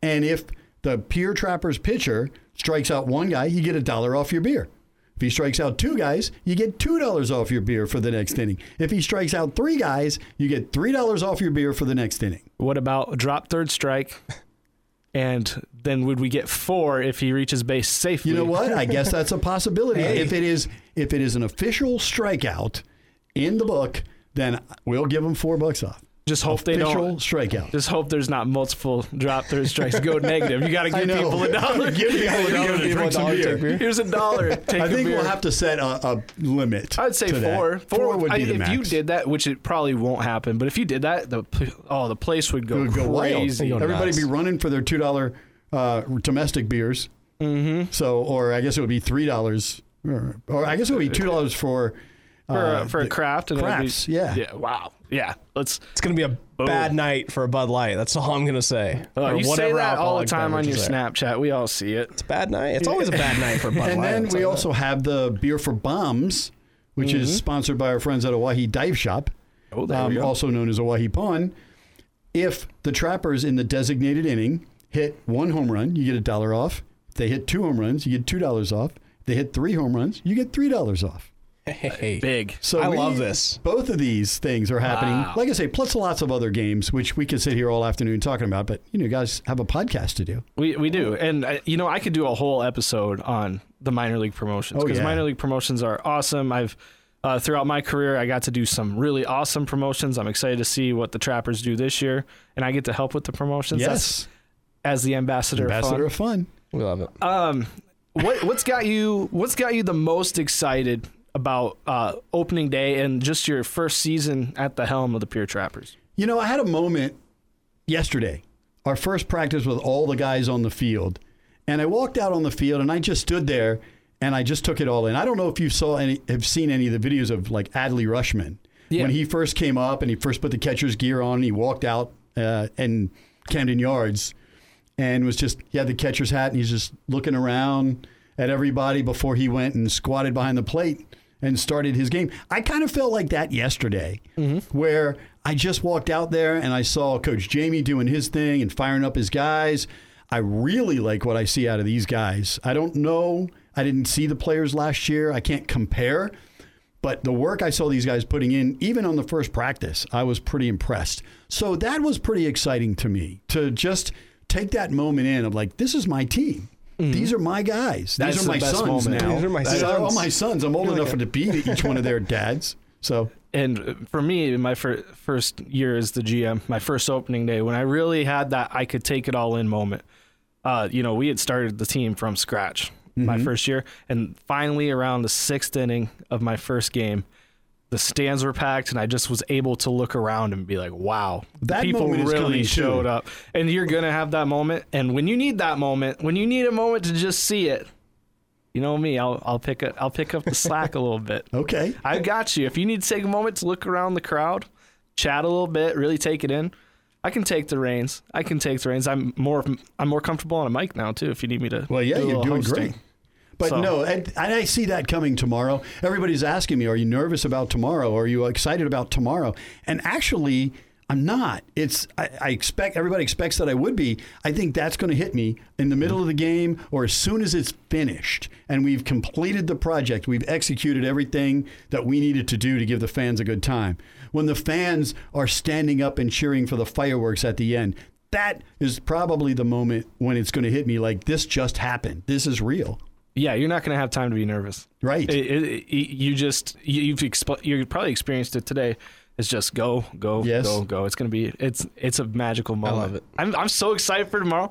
Speaker 3: and if the pier trapper's pitcher strikes out one guy, you get a dollar off your beer. If he strikes out two guys, you get $2 off your beer for the next inning. If he strikes out three guys, you get $3 off your beer for the next inning.
Speaker 2: what about drop third strike? And then would we get four if he reaches base safely?
Speaker 3: You know what? I guess that's a possibility. If it is if it is an official strikeout in the book, then we'll give them 4 bucks off.
Speaker 2: Just hope they
Speaker 3: Official
Speaker 2: don't.
Speaker 3: strikeout.
Speaker 2: Just hope there's not multiple drop third strikes
Speaker 3: [LAUGHS]
Speaker 2: go negative. You got to give people a dollar.
Speaker 3: give people a dollar to
Speaker 1: people
Speaker 3: drink
Speaker 1: a
Speaker 3: some
Speaker 1: dollar,
Speaker 3: beer.
Speaker 1: take beer.
Speaker 2: Here's a
Speaker 3: [LAUGHS]
Speaker 2: dollar. Take
Speaker 3: I
Speaker 2: a
Speaker 3: think
Speaker 2: beer.
Speaker 3: we'll have to set a, a limit.
Speaker 2: I'd say
Speaker 3: to that.
Speaker 2: four.
Speaker 3: Four would
Speaker 2: I-
Speaker 3: be the
Speaker 2: if
Speaker 3: max.
Speaker 2: you did that, which it probably won't happen, but if you did that, the pl- oh the place would go,
Speaker 3: It would go
Speaker 2: crazy.
Speaker 3: wild. Everybody
Speaker 1: nuts.
Speaker 3: be running for their two dollar uh, domestic beers. Mm-hmm. So, or I guess it would be three dollars, or, or I guess it would be two dollars for uh,
Speaker 2: for, a for a
Speaker 3: the-
Speaker 2: craft and it'd be-
Speaker 3: crafts, yeah.
Speaker 2: yeah. Wow. Yeah. Let's
Speaker 1: It's gonna be a bad night for a Bud Light. That's all I'm gonna say.
Speaker 2: Oh,
Speaker 1: Or
Speaker 2: you say that all the
Speaker 1: alcoholic
Speaker 2: time on
Speaker 1: beverage
Speaker 2: your
Speaker 1: is there.
Speaker 2: Snapchat. We all see it.
Speaker 1: It's a bad night. It's always a bad night
Speaker 2: [LAUGHS]
Speaker 1: for a Bud
Speaker 3: And
Speaker 1: Light.
Speaker 3: then
Speaker 1: It's
Speaker 3: we
Speaker 1: like-
Speaker 3: also have the beer for bombs, which is sponsored by our friends at Oahe Dive Shop,
Speaker 2: Mm-hmm. Oh, there
Speaker 3: um,
Speaker 2: we go.
Speaker 3: also known as Oahe Pawn. If the trappers in the designated inning hit one home run, you get a dollar off. If they hit two home runs, you get two dollars off. If they hit three home runs, you get three dollars off.
Speaker 1: Hey.
Speaker 2: Big.
Speaker 3: So
Speaker 1: I
Speaker 3: we-
Speaker 1: love this.
Speaker 3: Both of these things are happening. Like I say, plus lots of other games, which we could sit here all afternoon talking about. But you know, you guys have a podcast to do.
Speaker 2: We we do, and uh, you know I could do a whole episode on the minor league promotions
Speaker 3: Oh,
Speaker 2: because
Speaker 3: yeah.
Speaker 2: minor league promotions are awesome. I've uh, throughout my career I got to do some really awesome promotions. I'm excited to see what the Trappers do this year, and I get to help with the promotions. That's-
Speaker 3: Yes,
Speaker 2: as the ambassador. of fun.
Speaker 3: ambassador of fun.
Speaker 1: We love it.
Speaker 2: Um, [LAUGHS] what what's got you what's got you the most excited about uh, opening day and just your first season at the helm of the Pier Trappers?
Speaker 3: You know, I had a moment yesterday, our first practice with all the guys on the field, and I walked out on the field and I just stood there and I just took it all in. I don't know if you saw any, have seen any of the videos of like Adley Rushman
Speaker 2: Yeah.
Speaker 3: when he first came up and he first put the catcher's gear on and he walked out uh, in Camden Yards and was just he had the catcher's hat and he's just looking around at everybody before he went and squatted behind the plate and started his game. I kind of felt like that yesterday, where I just walked out there and I saw Coach Jamie doing his thing and firing up his guys. I really like what I see out of these guys. I don't know. I didn't see the players last year. I can't compare, But the work I saw these guys putting in, even on the first practice, I was pretty impressed. So that was pretty exciting to me to just take that moment in of like, this is my team. These are my guys.
Speaker 2: That's
Speaker 3: These are
Speaker 2: the
Speaker 3: my
Speaker 2: best
Speaker 3: sons
Speaker 2: moment.
Speaker 3: now.
Speaker 1: These are my
Speaker 3: They're all
Speaker 1: sons.
Speaker 3: my sons. I'm old
Speaker 1: You're like
Speaker 3: enough
Speaker 1: a-
Speaker 3: to be each one of their dads. So
Speaker 2: and for me, my fir- first year as the GM, my first opening day, when I really had that I could take it all in moment. Uh, you know, we had started the team from scratch my
Speaker 3: Mm-hmm.
Speaker 2: first year, and finally around the sixth inning of my first game, the stands were packed, and I just was able to look around and be like, "Wow, the
Speaker 3: That
Speaker 2: people
Speaker 3: moment is coming,
Speaker 2: really
Speaker 3: too.
Speaker 2: showed up." And you're gonna have that moment, and when you need that moment, when you need a moment to just see it, you know me, I'll I'll pick up I'll pick up the slack a little bit.
Speaker 3: okay,
Speaker 2: I got you. If you need to take a moment to look around the crowd, chat a little bit, really take it in, I can take the reins. I can take the reins. I'm more I'm more comfortable on a mic now too. If you need me to,
Speaker 3: well, yeah,
Speaker 2: do a
Speaker 3: you're
Speaker 2: little
Speaker 3: doing
Speaker 2: hosting.
Speaker 3: great. But
Speaker 2: So-
Speaker 3: no, and, and I see that coming tomorrow. Everybody's asking me, "Are you nervous about tomorrow? Are you excited about tomorrow?" And actually, I'm not. It's I, I expect everybody expects that I would be. I think that's going to hit me in the middle of the game or as soon as it's finished and we've completed the project. We've executed everything that we needed to do to give the fans a good time. When the fans are standing up and cheering for the fireworks at the end. That is probably the moment when it's going to hit me like this just happened. This is real.
Speaker 2: Yeah, you're not going to have time to be nervous.
Speaker 3: Right.
Speaker 2: It- it- it- you just you- you've exp- you probably experienced it today. It's just go, go,
Speaker 3: Yes.
Speaker 2: go, go. It's going to be it's it's a magical moment.
Speaker 1: love it.
Speaker 2: I'm I'm so excited for tomorrow.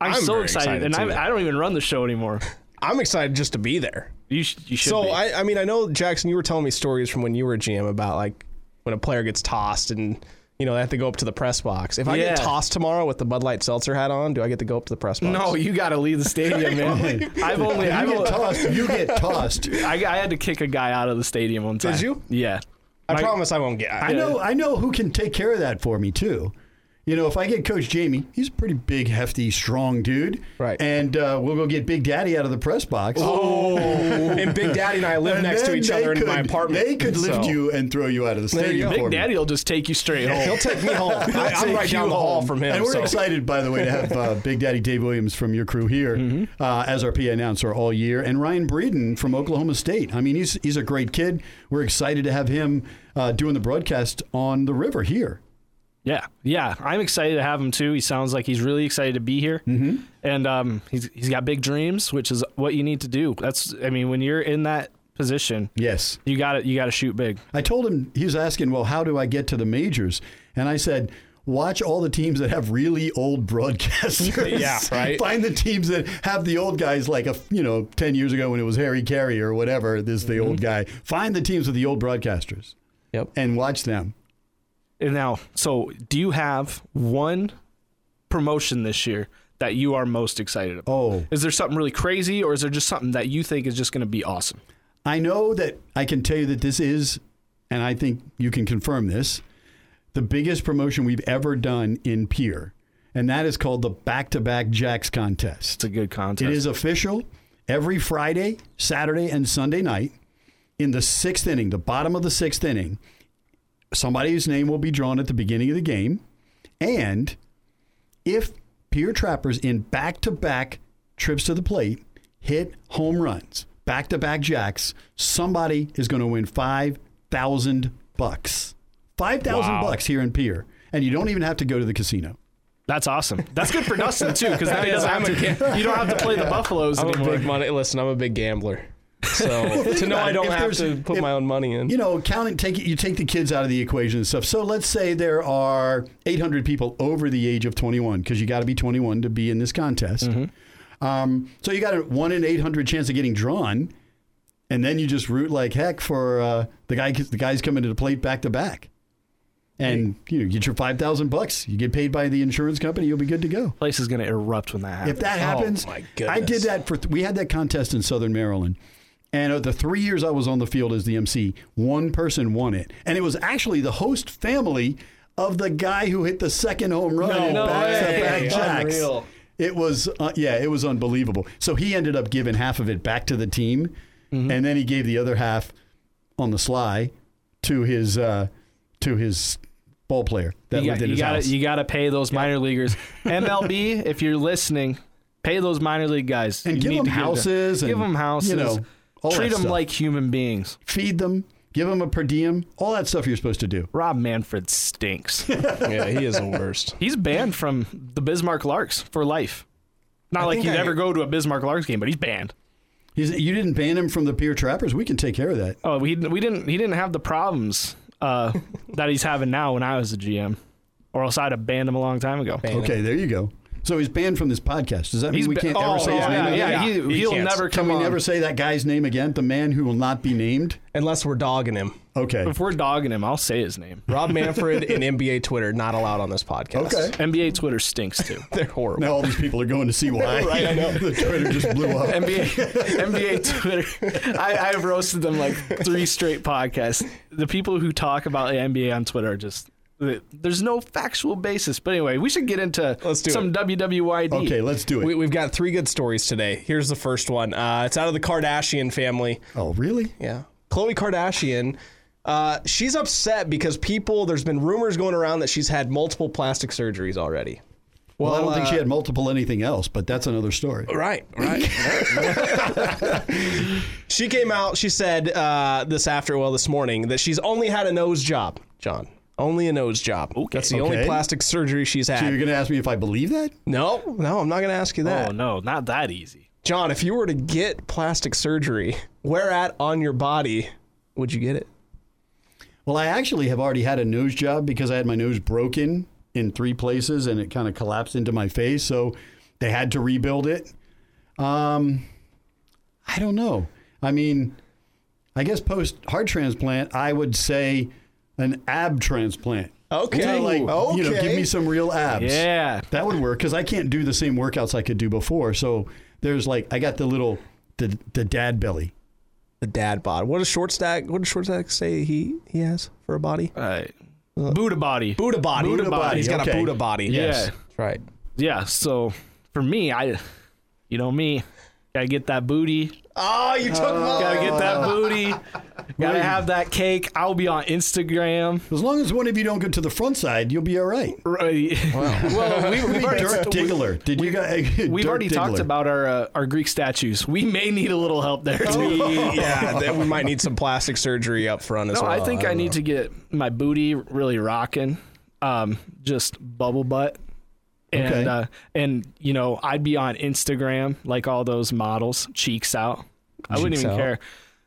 Speaker 2: I'm,
Speaker 1: I'm
Speaker 2: so
Speaker 1: very excited,
Speaker 2: excited, and I'm,
Speaker 1: too.
Speaker 2: I don't even run the show anymore.
Speaker 1: I'm excited just to be there.
Speaker 2: You sh- you should.
Speaker 1: So
Speaker 2: be.
Speaker 1: I, I mean, I know Jackson, you were telling me stories from when you were a GM about like when a player gets tossed and you know they have to go up to the press box. If I get
Speaker 2: Yeah.
Speaker 1: tossed tomorrow with the Bud Light seltzer hat on, do I get to go up to the press box?
Speaker 2: no, you got to leave the
Speaker 3: [LAUGHS]
Speaker 2: stadium, man. I've only
Speaker 3: You
Speaker 2: I've
Speaker 3: get
Speaker 2: only,
Speaker 3: tossed. You get
Speaker 2: [LAUGHS]
Speaker 3: tossed.
Speaker 2: I, I had to kick a guy out of the stadium one time.
Speaker 1: Did you?
Speaker 2: Yeah.
Speaker 1: I
Speaker 2: My-
Speaker 1: promise I won't get. I,
Speaker 3: I know. I know who can take care of that for me too. You know, if I get Coach Jamie, he's a pretty big, hefty, strong dude.
Speaker 1: Right.
Speaker 3: And uh, we'll go get Big Daddy out of the press box. Oh,
Speaker 1: and Big Daddy and I live next to each other
Speaker 3: could,
Speaker 1: in my apartment.
Speaker 3: They could lift
Speaker 1: so-
Speaker 3: you and throw you out of the
Speaker 1: you
Speaker 3: stadium.
Speaker 1: go.
Speaker 3: for
Speaker 2: Big
Speaker 3: me.
Speaker 2: Daddy will just take you straight home.
Speaker 1: He'll take me home. I, [LAUGHS] I'm
Speaker 3: Take
Speaker 1: right down
Speaker 3: you
Speaker 1: the hall
Speaker 3: home.
Speaker 1: from him.
Speaker 3: And we're
Speaker 1: so.
Speaker 3: excited, by the way, to have uh, Big Daddy Dave Williams from your crew here
Speaker 1: Mm-hmm.
Speaker 3: uh, as our PA announcer all year, and Ryan Breeden from Oklahoma State. I mean, he's he's a great kid. We're excited to have him uh, doing the broadcast on the river here.
Speaker 2: Yeah, yeah. I'm excited to have him too. He sounds like he's really excited to be here, mm-hmm. and um, he's he's got big dreams, which is what you need to do. That's I mean, when you're in that position,
Speaker 3: Yes.
Speaker 2: you got to You got to shoot big.
Speaker 3: I told him he was asking, well, how do I get to the majors? And I said, watch all the teams that have really old broadcasters.
Speaker 1: [LAUGHS]
Speaker 3: [LAUGHS]
Speaker 1: Yeah, right.
Speaker 3: Find the teams that have the old guys, like a you know, ten years ago when it was Harry Carey or whatever. This is the old guy. Find the teams with the old broadcasters.
Speaker 1: Mm-hmm. Yep.
Speaker 3: And watch them.
Speaker 2: And now, so do you have one promotion this year that you are most excited about?
Speaker 3: Oh.
Speaker 2: Is there something really crazy, or is there just something that you think is just going to be awesome?
Speaker 3: I know that I can tell you that this is, and I think you can confirm this, the biggest promotion we've ever done in Pier. And that is called the back to back Jacks contest.
Speaker 2: It's a good contest.
Speaker 3: It is official every Friday, Saturday, and Sunday night in the sixth inning, the bottom of the sixth inning. Somebody's name will be drawn at the beginning of the game. And if Pier Trappers in back to back trips to the plate hit home runs, back to back jacks, somebody is going to win 5,000 bucks. 5,000
Speaker 2: Wow.
Speaker 3: bucks here in Pier. And you don't even have to go to the casino.
Speaker 2: That's awesome. That's good for Dustin too, because now he doesn't have
Speaker 1: I'm a
Speaker 2: to.
Speaker 1: [LAUGHS]
Speaker 2: You don't have to play the Buffaloes
Speaker 1: I'm a
Speaker 2: anymore.
Speaker 1: big money. Listen, I'm a big gambler.
Speaker 3: [LAUGHS]
Speaker 1: So to know
Speaker 3: about
Speaker 1: I
Speaker 3: it.
Speaker 1: don't
Speaker 3: If
Speaker 1: have
Speaker 3: there's-
Speaker 1: to put
Speaker 3: if-
Speaker 1: my own money in.
Speaker 3: you know, counting, take you take the kids out of the equation and stuff. So let's say there are 800 people over the age of 21 because you got to be 21 to be in this contest. Um, so you got a one in 800 chance of getting drawn, and then you just root like heck for uh, the guy. The guys coming to the plate back to back, and you know, get your five thousand bucks. You get paid by the insurance company. You'll be good to go.
Speaker 2: place is going to erupt when that happens.
Speaker 3: If that
Speaker 1: Oh,
Speaker 3: happens,
Speaker 1: my
Speaker 3: I did
Speaker 1: goodness.
Speaker 3: that for. we had that contest in Southern Maryland, and of the three years I was on the field as the MC, one person won it, and it was actually the host family of the guy who hit the second home run in
Speaker 2: no
Speaker 3: back-to-back
Speaker 2: way.
Speaker 3: jacks.
Speaker 2: Unreal.
Speaker 3: It was uh, yeah, it was unbelievable. So he ended up giving half of it back to the team,
Speaker 2: Mm-hmm.
Speaker 3: and then he gave the other half on the sly to his uh, to his ball player that
Speaker 2: you,
Speaker 3: lived
Speaker 2: got,
Speaker 3: in
Speaker 2: you,
Speaker 3: his
Speaker 2: gotta,
Speaker 3: house.
Speaker 2: you gotta pay those minor
Speaker 3: [LAUGHS]
Speaker 2: leaguers. MLB, if you're listening, pay those minor league guys
Speaker 3: and
Speaker 2: You
Speaker 3: give
Speaker 2: need
Speaker 3: them
Speaker 2: to
Speaker 3: houses.
Speaker 2: Give
Speaker 3: and,
Speaker 2: them houses.
Speaker 3: You know, all
Speaker 2: treat
Speaker 3: that
Speaker 2: them
Speaker 3: stuff.
Speaker 2: like human beings.
Speaker 3: feed them, give them a per diem, all that stuff you're supposed to do.
Speaker 2: Rob Manfred
Speaker 3: [LAUGHS]
Speaker 2: stinks.
Speaker 1: yeah, he is the worst.
Speaker 2: he's banned from the Bismarck Larks for life. Not like
Speaker 1: think
Speaker 2: he'd
Speaker 1: I-
Speaker 2: ever go to a Bismarck Larks game, but he's banned.
Speaker 3: He's, you didn't ban him from the Pier Trappers. We can take care of that.
Speaker 2: Oh, we we didn't he didn't have the problems
Speaker 3: [LAUGHS]
Speaker 2: uh, that he's having now when I was the GM, or else I'd have banned him a long time ago.
Speaker 1: Banned.
Speaker 3: Okay, there you go. So he's banned from this podcast. Does that mean
Speaker 2: He's
Speaker 3: we
Speaker 2: ba-
Speaker 3: can't
Speaker 2: oh,
Speaker 3: ever say his
Speaker 2: yeah,
Speaker 3: name again?
Speaker 2: yeah,
Speaker 1: Yeah,
Speaker 2: he-
Speaker 1: he
Speaker 2: he'll
Speaker 1: can't.
Speaker 2: never
Speaker 3: Can
Speaker 2: come
Speaker 3: we
Speaker 2: on.
Speaker 3: never say that guy's name again? The man who will not be named?
Speaker 1: Unless we're dogging him.
Speaker 3: Okay.
Speaker 2: If we're dogging him, I'll say his name.
Speaker 1: Rob Manfred
Speaker 3: [LAUGHS]
Speaker 1: and NBA Twitter not allowed on this podcast.
Speaker 3: Okay.
Speaker 2: NBA Twitter stinks
Speaker 3: [LAUGHS]
Speaker 2: too.
Speaker 1: They're
Speaker 2: [LAUGHS]
Speaker 1: horrible.
Speaker 3: Now all these people are going to see why.
Speaker 1: Right, I know.
Speaker 3: [LAUGHS] the Twitter just blew up.
Speaker 2: NBA
Speaker 3: [LAUGHS]
Speaker 2: NBA Twitter. I, I've roasted them like three straight podcasts. The people who talk about the NBA on Twitter are just there's no factual basis. But anyway, we should get into
Speaker 1: Let's do
Speaker 2: some
Speaker 1: it.
Speaker 2: WWYD.
Speaker 3: Okay, let's do it.
Speaker 1: We, we've got three good stories today. Here's the first one. Uh, it's out of the Kardashian family.
Speaker 3: oh, really?
Speaker 1: Yeah. Khloe Kardashian. Uh, she's upset because people, there's been rumors going around that she's had multiple plastic surgeries already.
Speaker 3: Well, I don't think she had multiple anything else, but that's another story.
Speaker 1: Right, right. [LAUGHS] she came out, she said uh, this after, well, this morning, that she's only had a nose job, John. Only a nose job. Okay. That's the only
Speaker 3: Okay.
Speaker 1: plastic surgery she's
Speaker 3: So
Speaker 1: had.
Speaker 3: you're going to ask me if I believe that?
Speaker 1: no, no, I'm not going to ask you that.
Speaker 2: Oh no, not that easy.
Speaker 1: John, if you were to get plastic surgery, where at on your body would you get it?
Speaker 3: Well, I actually have already had a nose job because I had my nose broken in three places and it kind of collapsed into my face. So they had to rebuild it. Um, I don't know. I mean, I guess post heart transplant, I would say an ab transplant.
Speaker 1: Okay.
Speaker 3: Kinda like, you know, give
Speaker 1: Okay.
Speaker 3: me some real abs.
Speaker 2: Yeah.
Speaker 3: That would work because I can't do the same workouts I could do before. So there's like, I got the little, the, the dad belly.
Speaker 1: The dad bod. What does short stack? What does short stack say he he has for a body?
Speaker 2: All right. Buddha body.
Speaker 1: Buddha body.
Speaker 3: Buddha body,
Speaker 1: He's got
Speaker 3: okay.
Speaker 1: a Buddha body.
Speaker 3: Yes.
Speaker 2: Yeah.
Speaker 1: That's right.
Speaker 2: Yeah. So for me, I, you know me, gotta get that booty.
Speaker 1: Oh, you took
Speaker 2: Gotta get that booty. Gotta have that cake. I'll be on Instagram.
Speaker 3: As long as one of you don't go to the front side, you'll be all right.
Speaker 2: Right. well, we,
Speaker 3: [LAUGHS]
Speaker 2: we've already,
Speaker 3: Dirk Diggler. Did you guys?
Speaker 2: we've
Speaker 3: Dirk
Speaker 2: already talked
Speaker 3: Diggler.
Speaker 2: about our uh, our Greek statues. We may need a little help there. too.
Speaker 1: Oh. yeah, that we might need some plastic surgery up front as
Speaker 2: No,
Speaker 1: well.
Speaker 2: Oh, I think I,
Speaker 1: don't
Speaker 2: need to get my booty really rocking, um, just bubble butt, and
Speaker 3: Okay.
Speaker 2: uh, and you know I'd be on Instagram like all those models, cheeks out. I wouldn't
Speaker 1: Cheeks
Speaker 2: even
Speaker 1: out.
Speaker 2: care.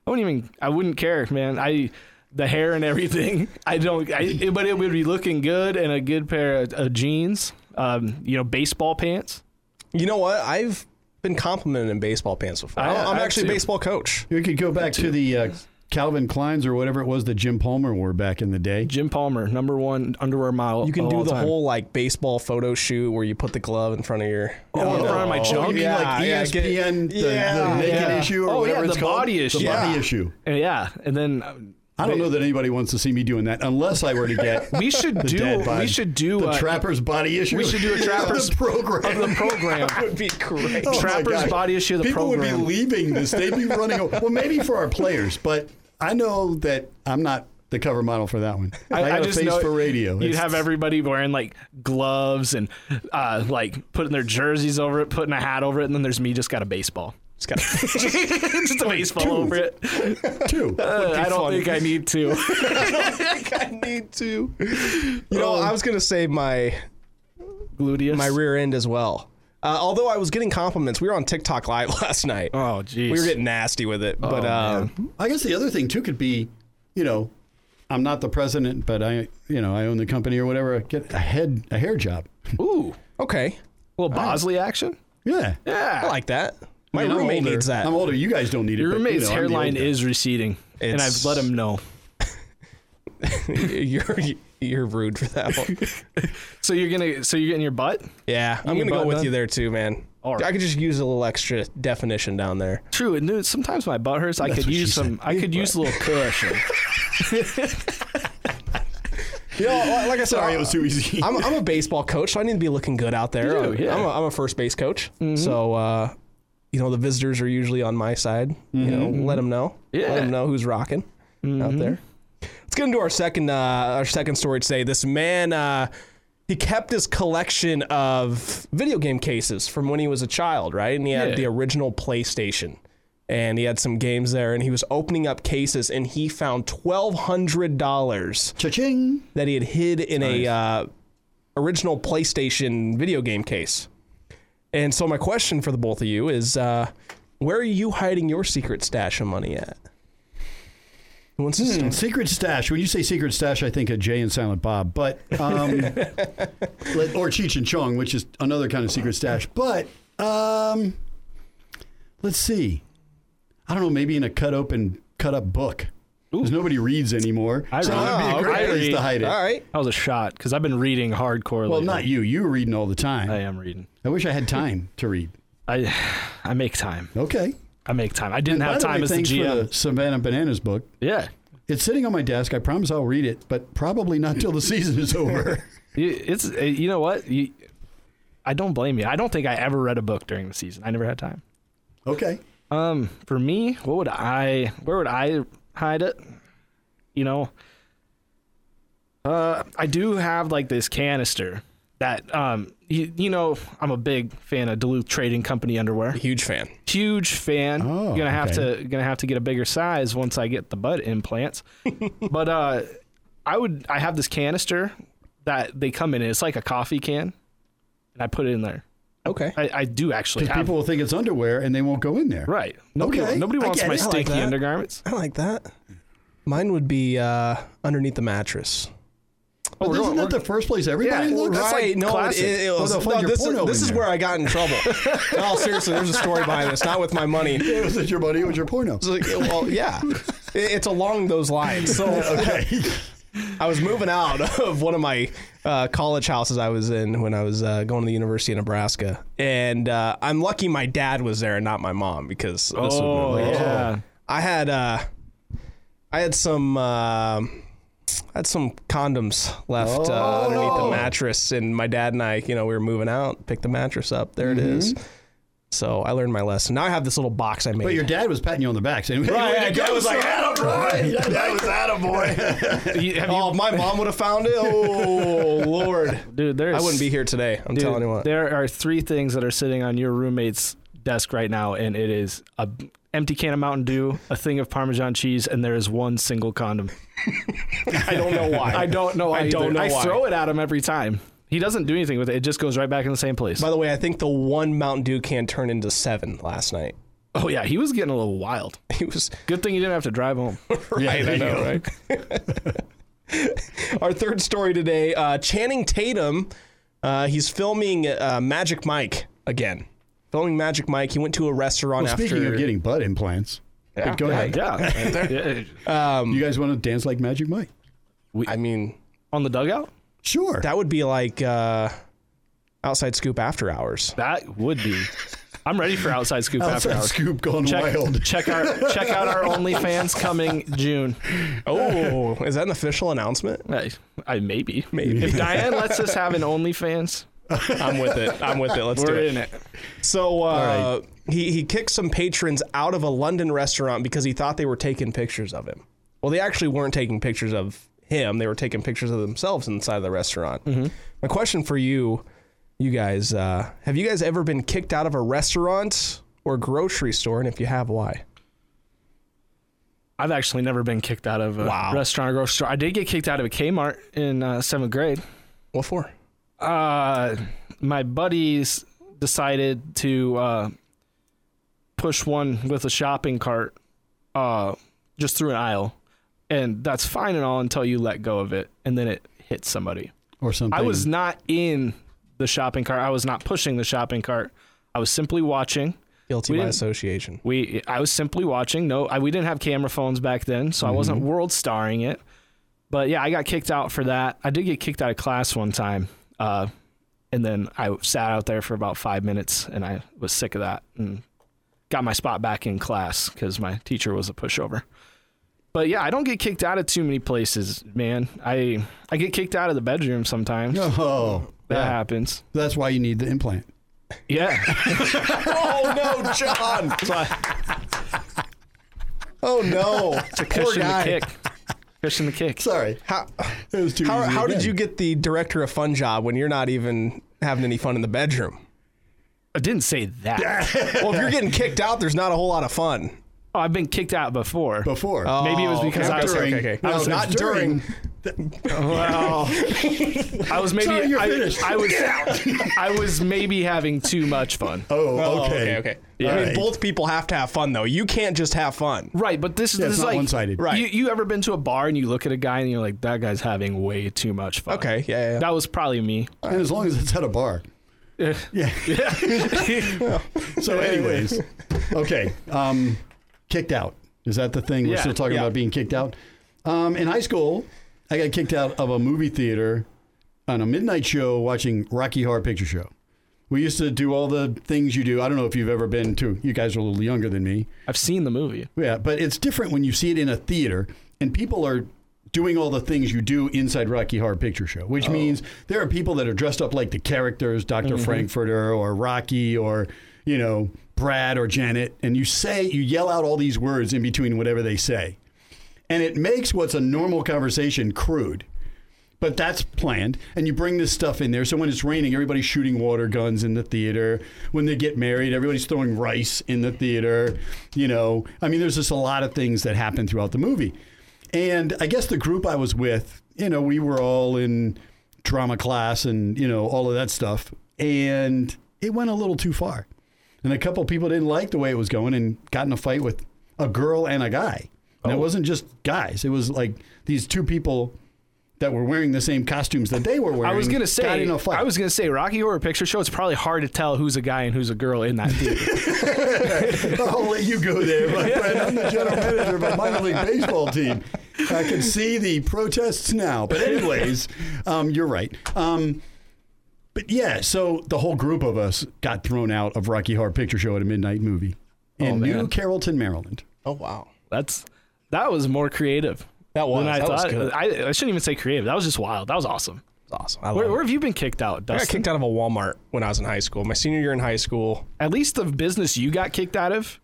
Speaker 2: I wouldn't even. I wouldn't care, man. I the hair and everything. [LAUGHS] I don't. I, it- but it would be looking good and a good pair of, of jeans. Um, you know, baseball pants.
Speaker 1: know. You know what? I've been complimented in baseball pants before.
Speaker 2: I-
Speaker 1: I, am
Speaker 2: I
Speaker 1: actually a
Speaker 2: too.
Speaker 1: baseball coach.
Speaker 3: We could go back to the uh, Calvin Kleins or whatever it was that Jim Palmer wore back in the day.
Speaker 2: Jim Palmer, number one underwear model.
Speaker 1: You can
Speaker 2: of
Speaker 1: do
Speaker 2: all
Speaker 1: the
Speaker 2: time.
Speaker 1: whole like baseball photo shoot where you put the glove in front of your.
Speaker 2: Oh, in front of my
Speaker 3: Oh,
Speaker 2: junk.
Speaker 3: you mean
Speaker 1: yeah,
Speaker 3: like
Speaker 1: yeah, get-
Speaker 3: ESPN, the,
Speaker 1: yeah,
Speaker 3: the naked
Speaker 2: yeah.
Speaker 3: issue or
Speaker 2: Oh, yeah,
Speaker 3: whatever it's
Speaker 2: the
Speaker 3: called?
Speaker 2: body issue.
Speaker 3: The body
Speaker 1: Yeah.
Speaker 3: issue.
Speaker 2: Yeah, and then. uh,
Speaker 3: I don't know that anybody wants to see me doing that unless I were to get
Speaker 2: [LAUGHS] We
Speaker 1: [LAUGHS]
Speaker 2: should
Speaker 3: the
Speaker 2: do.
Speaker 3: dad bod.
Speaker 2: We should do.
Speaker 3: the
Speaker 2: uh,
Speaker 3: trapper's body issue.
Speaker 2: we should do a trapper's-
Speaker 3: [LAUGHS] The program.
Speaker 2: of the program.
Speaker 1: [LAUGHS] would be great.
Speaker 3: [LAUGHS] Oh my
Speaker 2: Trapper's
Speaker 3: gosh.
Speaker 2: body issue of the
Speaker 3: People
Speaker 2: program.
Speaker 3: would be leaving this. They'd be
Speaker 2: [LAUGHS]
Speaker 3: running. Over. Well, maybe for our players, but I know that I'm not the cover model for that one. I, got a face
Speaker 2: know
Speaker 3: for radio.
Speaker 2: You'd
Speaker 3: It's-
Speaker 2: have everybody wearing like gloves and uh, like putting their jerseys over it, putting a hat over it, and then there's me just got a baseball.
Speaker 1: It's got a-
Speaker 2: [LAUGHS] just a baseball over it.
Speaker 3: two.
Speaker 2: Uh, [LAUGHS] I don't think I need [LAUGHS] to.
Speaker 1: I need to. You know, I was gonna say my
Speaker 2: Gluteus.
Speaker 1: my rear end as well. Uh, although I was getting compliments, we were on TikTok live [LAUGHS] last night.
Speaker 2: Oh, jeez.
Speaker 1: we were getting nasty with it, but uh,
Speaker 3: I guess the other thing too could be, you know, I'm not the president, but I, you know, I own the company or whatever. Get a head a hair job. [LAUGHS]
Speaker 2: Ooh.
Speaker 1: okay,
Speaker 2: Well, Bosley action.
Speaker 3: Yeah.
Speaker 1: I
Speaker 2: Yeah.
Speaker 1: like that. My
Speaker 3: I mean, I'm
Speaker 1: roommate
Speaker 3: older.
Speaker 1: needs that.
Speaker 3: I'm older. You guys don't need it.
Speaker 2: Your
Speaker 3: but, you
Speaker 2: roommate's
Speaker 3: know, I'm the
Speaker 2: hairline
Speaker 3: old guy.
Speaker 2: is receding, and I've
Speaker 1: It's-
Speaker 2: let him know.
Speaker 1: [LAUGHS] you're you're rude for that one.
Speaker 2: So you're gonna. So you're getting your butt.
Speaker 1: Yeah, I'm
Speaker 2: can
Speaker 1: gonna go
Speaker 2: butt
Speaker 1: with
Speaker 2: nut?
Speaker 1: you there too, man.
Speaker 2: All right.
Speaker 1: I could just use a little extra definition down there.
Speaker 2: True, and dude, sometimes my butt hurts. I could
Speaker 3: what she
Speaker 2: use some. I [LAUGHS] could use a little cushion.
Speaker 1: You know, like I said,
Speaker 3: Sorry, it was too easy.
Speaker 1: [LAUGHS] I'm, I'm a baseball coach, so I need to be looking good out there.
Speaker 2: You do, yeah. Mm-hmm.
Speaker 1: I'm, a, I'm a first base coach, so uh, you know the visitors are usually on my side. You know, let them know.
Speaker 2: Mm-hmm. Yeah. Mm-hmm.
Speaker 1: let them know who's rocking out there. Let's get into our second uh, our second story today. This man, uh, he kept his collection of video game cases from when he was a child, right? And he had
Speaker 2: Yeah.
Speaker 1: the original PlayStation. and he had some games there, and he was opening up cases, and he found twelve hundred dollars
Speaker 3: [LAUGHS] Cha-ching.
Speaker 1: that he had hid in a uh, original PlayStation video game case. And so my question for the both of you is, uh, where are you hiding your secret stash of money at? Who wants to
Speaker 2: Hmm.
Speaker 1: start?
Speaker 3: Secret stash. When you say secret stash, I think of Jay and Silent Bob, but
Speaker 2: [LAUGHS]
Speaker 3: um, let- or Cheech and Chong, which is another kind of secret stash. But um, let's see. I don't know. Maybe in a cut open, cut up book. Because nobody reads anymore.
Speaker 2: I
Speaker 3: so that would be a
Speaker 2: read.
Speaker 3: great
Speaker 2: I
Speaker 3: place
Speaker 2: read.
Speaker 3: to hide it.
Speaker 1: All right.
Speaker 2: That was a shot because I've been reading hardcore.
Speaker 3: Well,
Speaker 2: lately.
Speaker 3: not you. You were reading all the time.
Speaker 2: I am reading.
Speaker 3: I wish I had time to read.
Speaker 2: I [SIGHS] I make time.
Speaker 3: Okay.
Speaker 2: I make time. I didn't
Speaker 3: By
Speaker 2: have
Speaker 3: the way,
Speaker 2: time as the
Speaker 3: thanks for
Speaker 2: GM.
Speaker 3: the Savannah Bananas book.
Speaker 2: yeah.
Speaker 3: It's sitting on my desk. I promise I'll read it, but probably not till the [LAUGHS] season
Speaker 2: [LAUGHS]
Speaker 3: is over.
Speaker 2: You- It's uh, you know what? You, I don't blame you. I don't think I ever read a book during the season. I never had time.
Speaker 3: okay.
Speaker 2: Um, for me, what would I? Where would I hide it? You know, uh, I do have like this canister that um, you, you know, I'm a big fan of Duluth Trading Company underwear.
Speaker 1: Huge fan.
Speaker 2: Huge fan.
Speaker 3: Oh,
Speaker 2: gonna have to
Speaker 3: okay.
Speaker 2: gonna have to get a bigger size once I get the butt
Speaker 3: [LAUGHS]
Speaker 2: implants. but uh, I would. I have this canister that they come in. It's like a coffee can, and I put it in there.
Speaker 1: Okay.
Speaker 2: I, I do actually.
Speaker 3: Because
Speaker 2: Have,
Speaker 3: people will think it's underwear and they won't go in there.
Speaker 2: right. Nobody,
Speaker 3: Okay,
Speaker 2: nobody
Speaker 3: I
Speaker 2: wants
Speaker 3: get
Speaker 2: my
Speaker 3: it. I like
Speaker 2: stinky
Speaker 3: that.
Speaker 2: undergarments.
Speaker 1: I like that. Mine would be uh, underneath the mattress.
Speaker 3: But
Speaker 2: we're
Speaker 3: isn't
Speaker 2: going-
Speaker 3: that the first place everybody
Speaker 2: Yeah,
Speaker 3: looks? [LAUGHS]
Speaker 1: That's
Speaker 2: Right,
Speaker 1: like no, it,
Speaker 2: classic.
Speaker 1: it, it
Speaker 3: Well,
Speaker 1: was,
Speaker 3: they'll find
Speaker 1: no
Speaker 3: your
Speaker 1: this,
Speaker 3: porno
Speaker 1: is, this
Speaker 3: in
Speaker 1: is
Speaker 3: there.
Speaker 1: where I got in trouble. no, seriously, there's a story behind this, not with my money. It's
Speaker 3: It was at your buddy. It was
Speaker 1: [LAUGHS]
Speaker 3: your porno.
Speaker 1: like, it- well, yeah, It- it's along those lines. So
Speaker 3: okay.
Speaker 1: I was moving out [LAUGHS] of one of my uh, college houses I was in when I was uh, going to the University of Nebraska, and uh, I'm lucky my dad was there and not my mom because this would
Speaker 2: Oh yeah.
Speaker 1: I had uh, I had some uh, I had some condoms left
Speaker 2: Oh,
Speaker 1: uh, underneath the mattress, and my dad and I, you know, we were moving out, picked the mattress up. There it is.
Speaker 2: Mm-hmm.
Speaker 1: So I learned my lesson. Now I have this little box I made.
Speaker 3: [LAUGHS] But your dad was patting you on the back saying, hey,
Speaker 1: Right,
Speaker 3: way to
Speaker 1: yeah,
Speaker 3: go,
Speaker 1: dad was like,
Speaker 3: son."
Speaker 1: "Atta boy."
Speaker 3: [LAUGHS] Right, That was [LAUGHS] attaboy.
Speaker 2: You- have you-
Speaker 1: oh, if my mom would have found it.
Speaker 2: [LAUGHS]
Speaker 1: Oh Lord,
Speaker 2: dude, there's.
Speaker 1: I wouldn't be here today. I'm
Speaker 2: dude,
Speaker 1: telling you what.
Speaker 2: There are three things that are sitting on your roommate's desk right now, and it is a b- empty can of Mountain Dew, a thing of Parmesan cheese, and there is one single condom.
Speaker 1: I don't know why.
Speaker 2: [LAUGHS] I don't know.
Speaker 1: I don't
Speaker 2: either.
Speaker 1: know
Speaker 2: I
Speaker 1: why.
Speaker 2: throw it at him every time. He doesn't do anything with it. It just goes right back in the same place.
Speaker 1: By the way, I think the one Mountain Dew can turned into seven last night. [LAUGHS]
Speaker 2: oh yeah, he was getting a little wild.
Speaker 1: He was
Speaker 2: Good thing he didn't have to drive home.
Speaker 1: right, I know, right? Our third story today uh, Channing Tatum, uh, he's filming uh, Magic Mike again. Filming Magic Mike. He went to a restaurant after.
Speaker 3: Speaking of getting butt implants, but go ahead.
Speaker 2: Yeah. Yeah.
Speaker 1: Um,
Speaker 3: You guys want to dance like Magic Mike?
Speaker 1: I mean,
Speaker 2: On the dugout,
Speaker 3: Sure. [LAUGHS]
Speaker 1: that would be like uh, Outside Scoop After Hours.
Speaker 2: that would be. I'm ready for outside scoop after
Speaker 3: Outside
Speaker 2: hours.
Speaker 3: scoop gone
Speaker 2: Check,
Speaker 1: [LAUGHS]
Speaker 3: wild.
Speaker 2: check our check out our OnlyFans coming June.
Speaker 1: Oh, [LAUGHS] is that an official announcement?
Speaker 2: I, I maybe.
Speaker 1: Maybe.
Speaker 2: If Diane lets us have an OnlyFans,
Speaker 1: [LAUGHS] I'm with it. I'm with it. Let's do
Speaker 2: we're
Speaker 1: it.
Speaker 2: in it.
Speaker 1: So uh, he he kicked some patrons out of a London restaurant because he thought they were taking pictures of him. Well, they actually weren't taking pictures of him; they were taking pictures of themselves inside the restaurant. My question for you, you guys, uh, have you guys ever been kicked out of a restaurant or grocery store? And if you have, why?
Speaker 2: I've actually never been kicked out of a
Speaker 1: Wow.
Speaker 2: restaurant or grocery store. I did get kicked out of a Kmart in uh, seventh grade.
Speaker 1: What for?
Speaker 2: uh, my buddies decided to uh, push one with a shopping cart uh, just through an aisle, and that's fine and all until you let go of it, and then it hits somebody.
Speaker 3: Or something.
Speaker 2: I was not in the shopping cart. I was not pushing the shopping cart. I was simply watching.
Speaker 1: Guilty
Speaker 2: We
Speaker 1: by
Speaker 2: didn't-
Speaker 1: association.
Speaker 2: We I was simply watching. No, I, we didn't have camera phones back then, so I wasn't world starring it. But yeah, I got kicked out for that. I did get kicked out of class one time, uh, and then I sat out there for about five minutes, and I was sick of that, and got my spot back in class because my teacher was a pushover. But yeah, I don't get kicked out of too many places, man. I I get kicked out of the bedroom sometimes.
Speaker 3: [LAUGHS] Oh,
Speaker 2: that happens.
Speaker 3: that's why you need the implant.
Speaker 2: Yeah.
Speaker 1: oh no, [LAUGHS] John!
Speaker 2: That's why
Speaker 1: Oh no, poor
Speaker 2: cushion the
Speaker 1: guy.
Speaker 2: kick. Cushion the kick.
Speaker 3: Sorry.
Speaker 1: How,
Speaker 3: It was too
Speaker 1: how,
Speaker 3: easy
Speaker 1: how
Speaker 3: again.
Speaker 1: did you get the director of fun job when you're not even having any fun in the bedroom?
Speaker 2: I didn't say that.
Speaker 1: Well, if you're getting kicked out, there's not a whole lot of fun.
Speaker 2: oh, I've been kicked out before.
Speaker 3: [LAUGHS] before.
Speaker 2: Maybe it was
Speaker 1: Oh,
Speaker 2: because
Speaker 1: okay,
Speaker 2: I was
Speaker 1: okay, okay.
Speaker 3: No,
Speaker 1: No,
Speaker 3: it's
Speaker 1: not during.
Speaker 2: well,
Speaker 3: [LAUGHS]
Speaker 2: I was maybe
Speaker 3: Sorry, you're
Speaker 2: I,
Speaker 3: finished.
Speaker 2: I was [LAUGHS] I was maybe having too much fun.
Speaker 3: Oh,
Speaker 1: Oh,
Speaker 3: okay.
Speaker 1: okay, okay. I mean,
Speaker 3: Alright.
Speaker 1: both people have to have fun though. You can't just have fun.
Speaker 2: Right, but this,
Speaker 3: Yeah,
Speaker 2: this
Speaker 3: it's
Speaker 2: is
Speaker 3: not
Speaker 2: like
Speaker 3: one-sided.
Speaker 1: Right.
Speaker 2: You, you ever been to a bar and you look at a guy and you're like, that guy's having way too much fun.
Speaker 1: Okay, yeah, yeah, yeah.
Speaker 2: That was probably me. [LAUGHS]
Speaker 3: And as long as it's at a bar. Yeah. [LAUGHS] so, anyways, okay. Um, kicked out. Is that the thing? We're
Speaker 2: Yeah,
Speaker 3: still talking
Speaker 1: yeah.
Speaker 3: about being kicked out. Um, in high school, I got kicked out of a movie theater on a midnight show watching Rocky Horror Picture Show. We used to do all the things you do. I don't know if you've ever been to, you guys are a little younger than me.
Speaker 2: I've seen the movie.
Speaker 3: Yeah, but it's different when you see it in a theater and people are doing all the things you do inside Rocky Horror Picture Show, which means there are people that are dressed up like the characters, doctor Frankfurter or Rocky or, you know, Brad or Janet, and you say, you yell out all these words in between whatever they say. And it makes what's a normal conversation crude. But that's planned, and you bring this stuff in there. So when it's raining, everybody's shooting water guns in the theater. When they get married, everybody's throwing rice in the theater. You know, I mean, there's just a lot of things that happen throughout the movie. And I guess the group I was with, you know, we were all in drama class and you know all of that stuff, and it went a little too far. And a couple people didn't like the way it was going and got in a fight with a girl and a guy. And it wasn't just guys; it was like these two people that were wearing the same costumes that they were wearing.
Speaker 2: I was gonna say
Speaker 3: got in a fight.
Speaker 2: I
Speaker 3: [LAUGHS]
Speaker 2: was gonna say Rocky Horror Picture Show. It's probably hard to tell who's a guy and who's a girl in that
Speaker 3: [LAUGHS]
Speaker 2: theater.
Speaker 3: I'll let you go there, my friend. I'm the general manager of a minor league baseball team. I can see the protests now. But anyways, um, you're right. Um, but yeah, so the whole group of us got thrown out of Rocky Horror Picture Show at a midnight movie in New
Speaker 2: Oh, man.
Speaker 3: Carrollton, Maryland.
Speaker 1: Oh wow.
Speaker 2: That's that was more creative.
Speaker 1: That was-
Speaker 2: than I
Speaker 1: that was
Speaker 2: thought.
Speaker 1: good.
Speaker 2: I, I shouldn't even say creative. That was just wild. That was awesome.
Speaker 1: That's awesome. I love
Speaker 2: Where,
Speaker 1: it.
Speaker 2: where have you been kicked out,
Speaker 1: I got
Speaker 2: Dustin?
Speaker 1: kicked out of a Walmart when I was in high school. My senior year in high school.
Speaker 2: At least the business you got kicked out of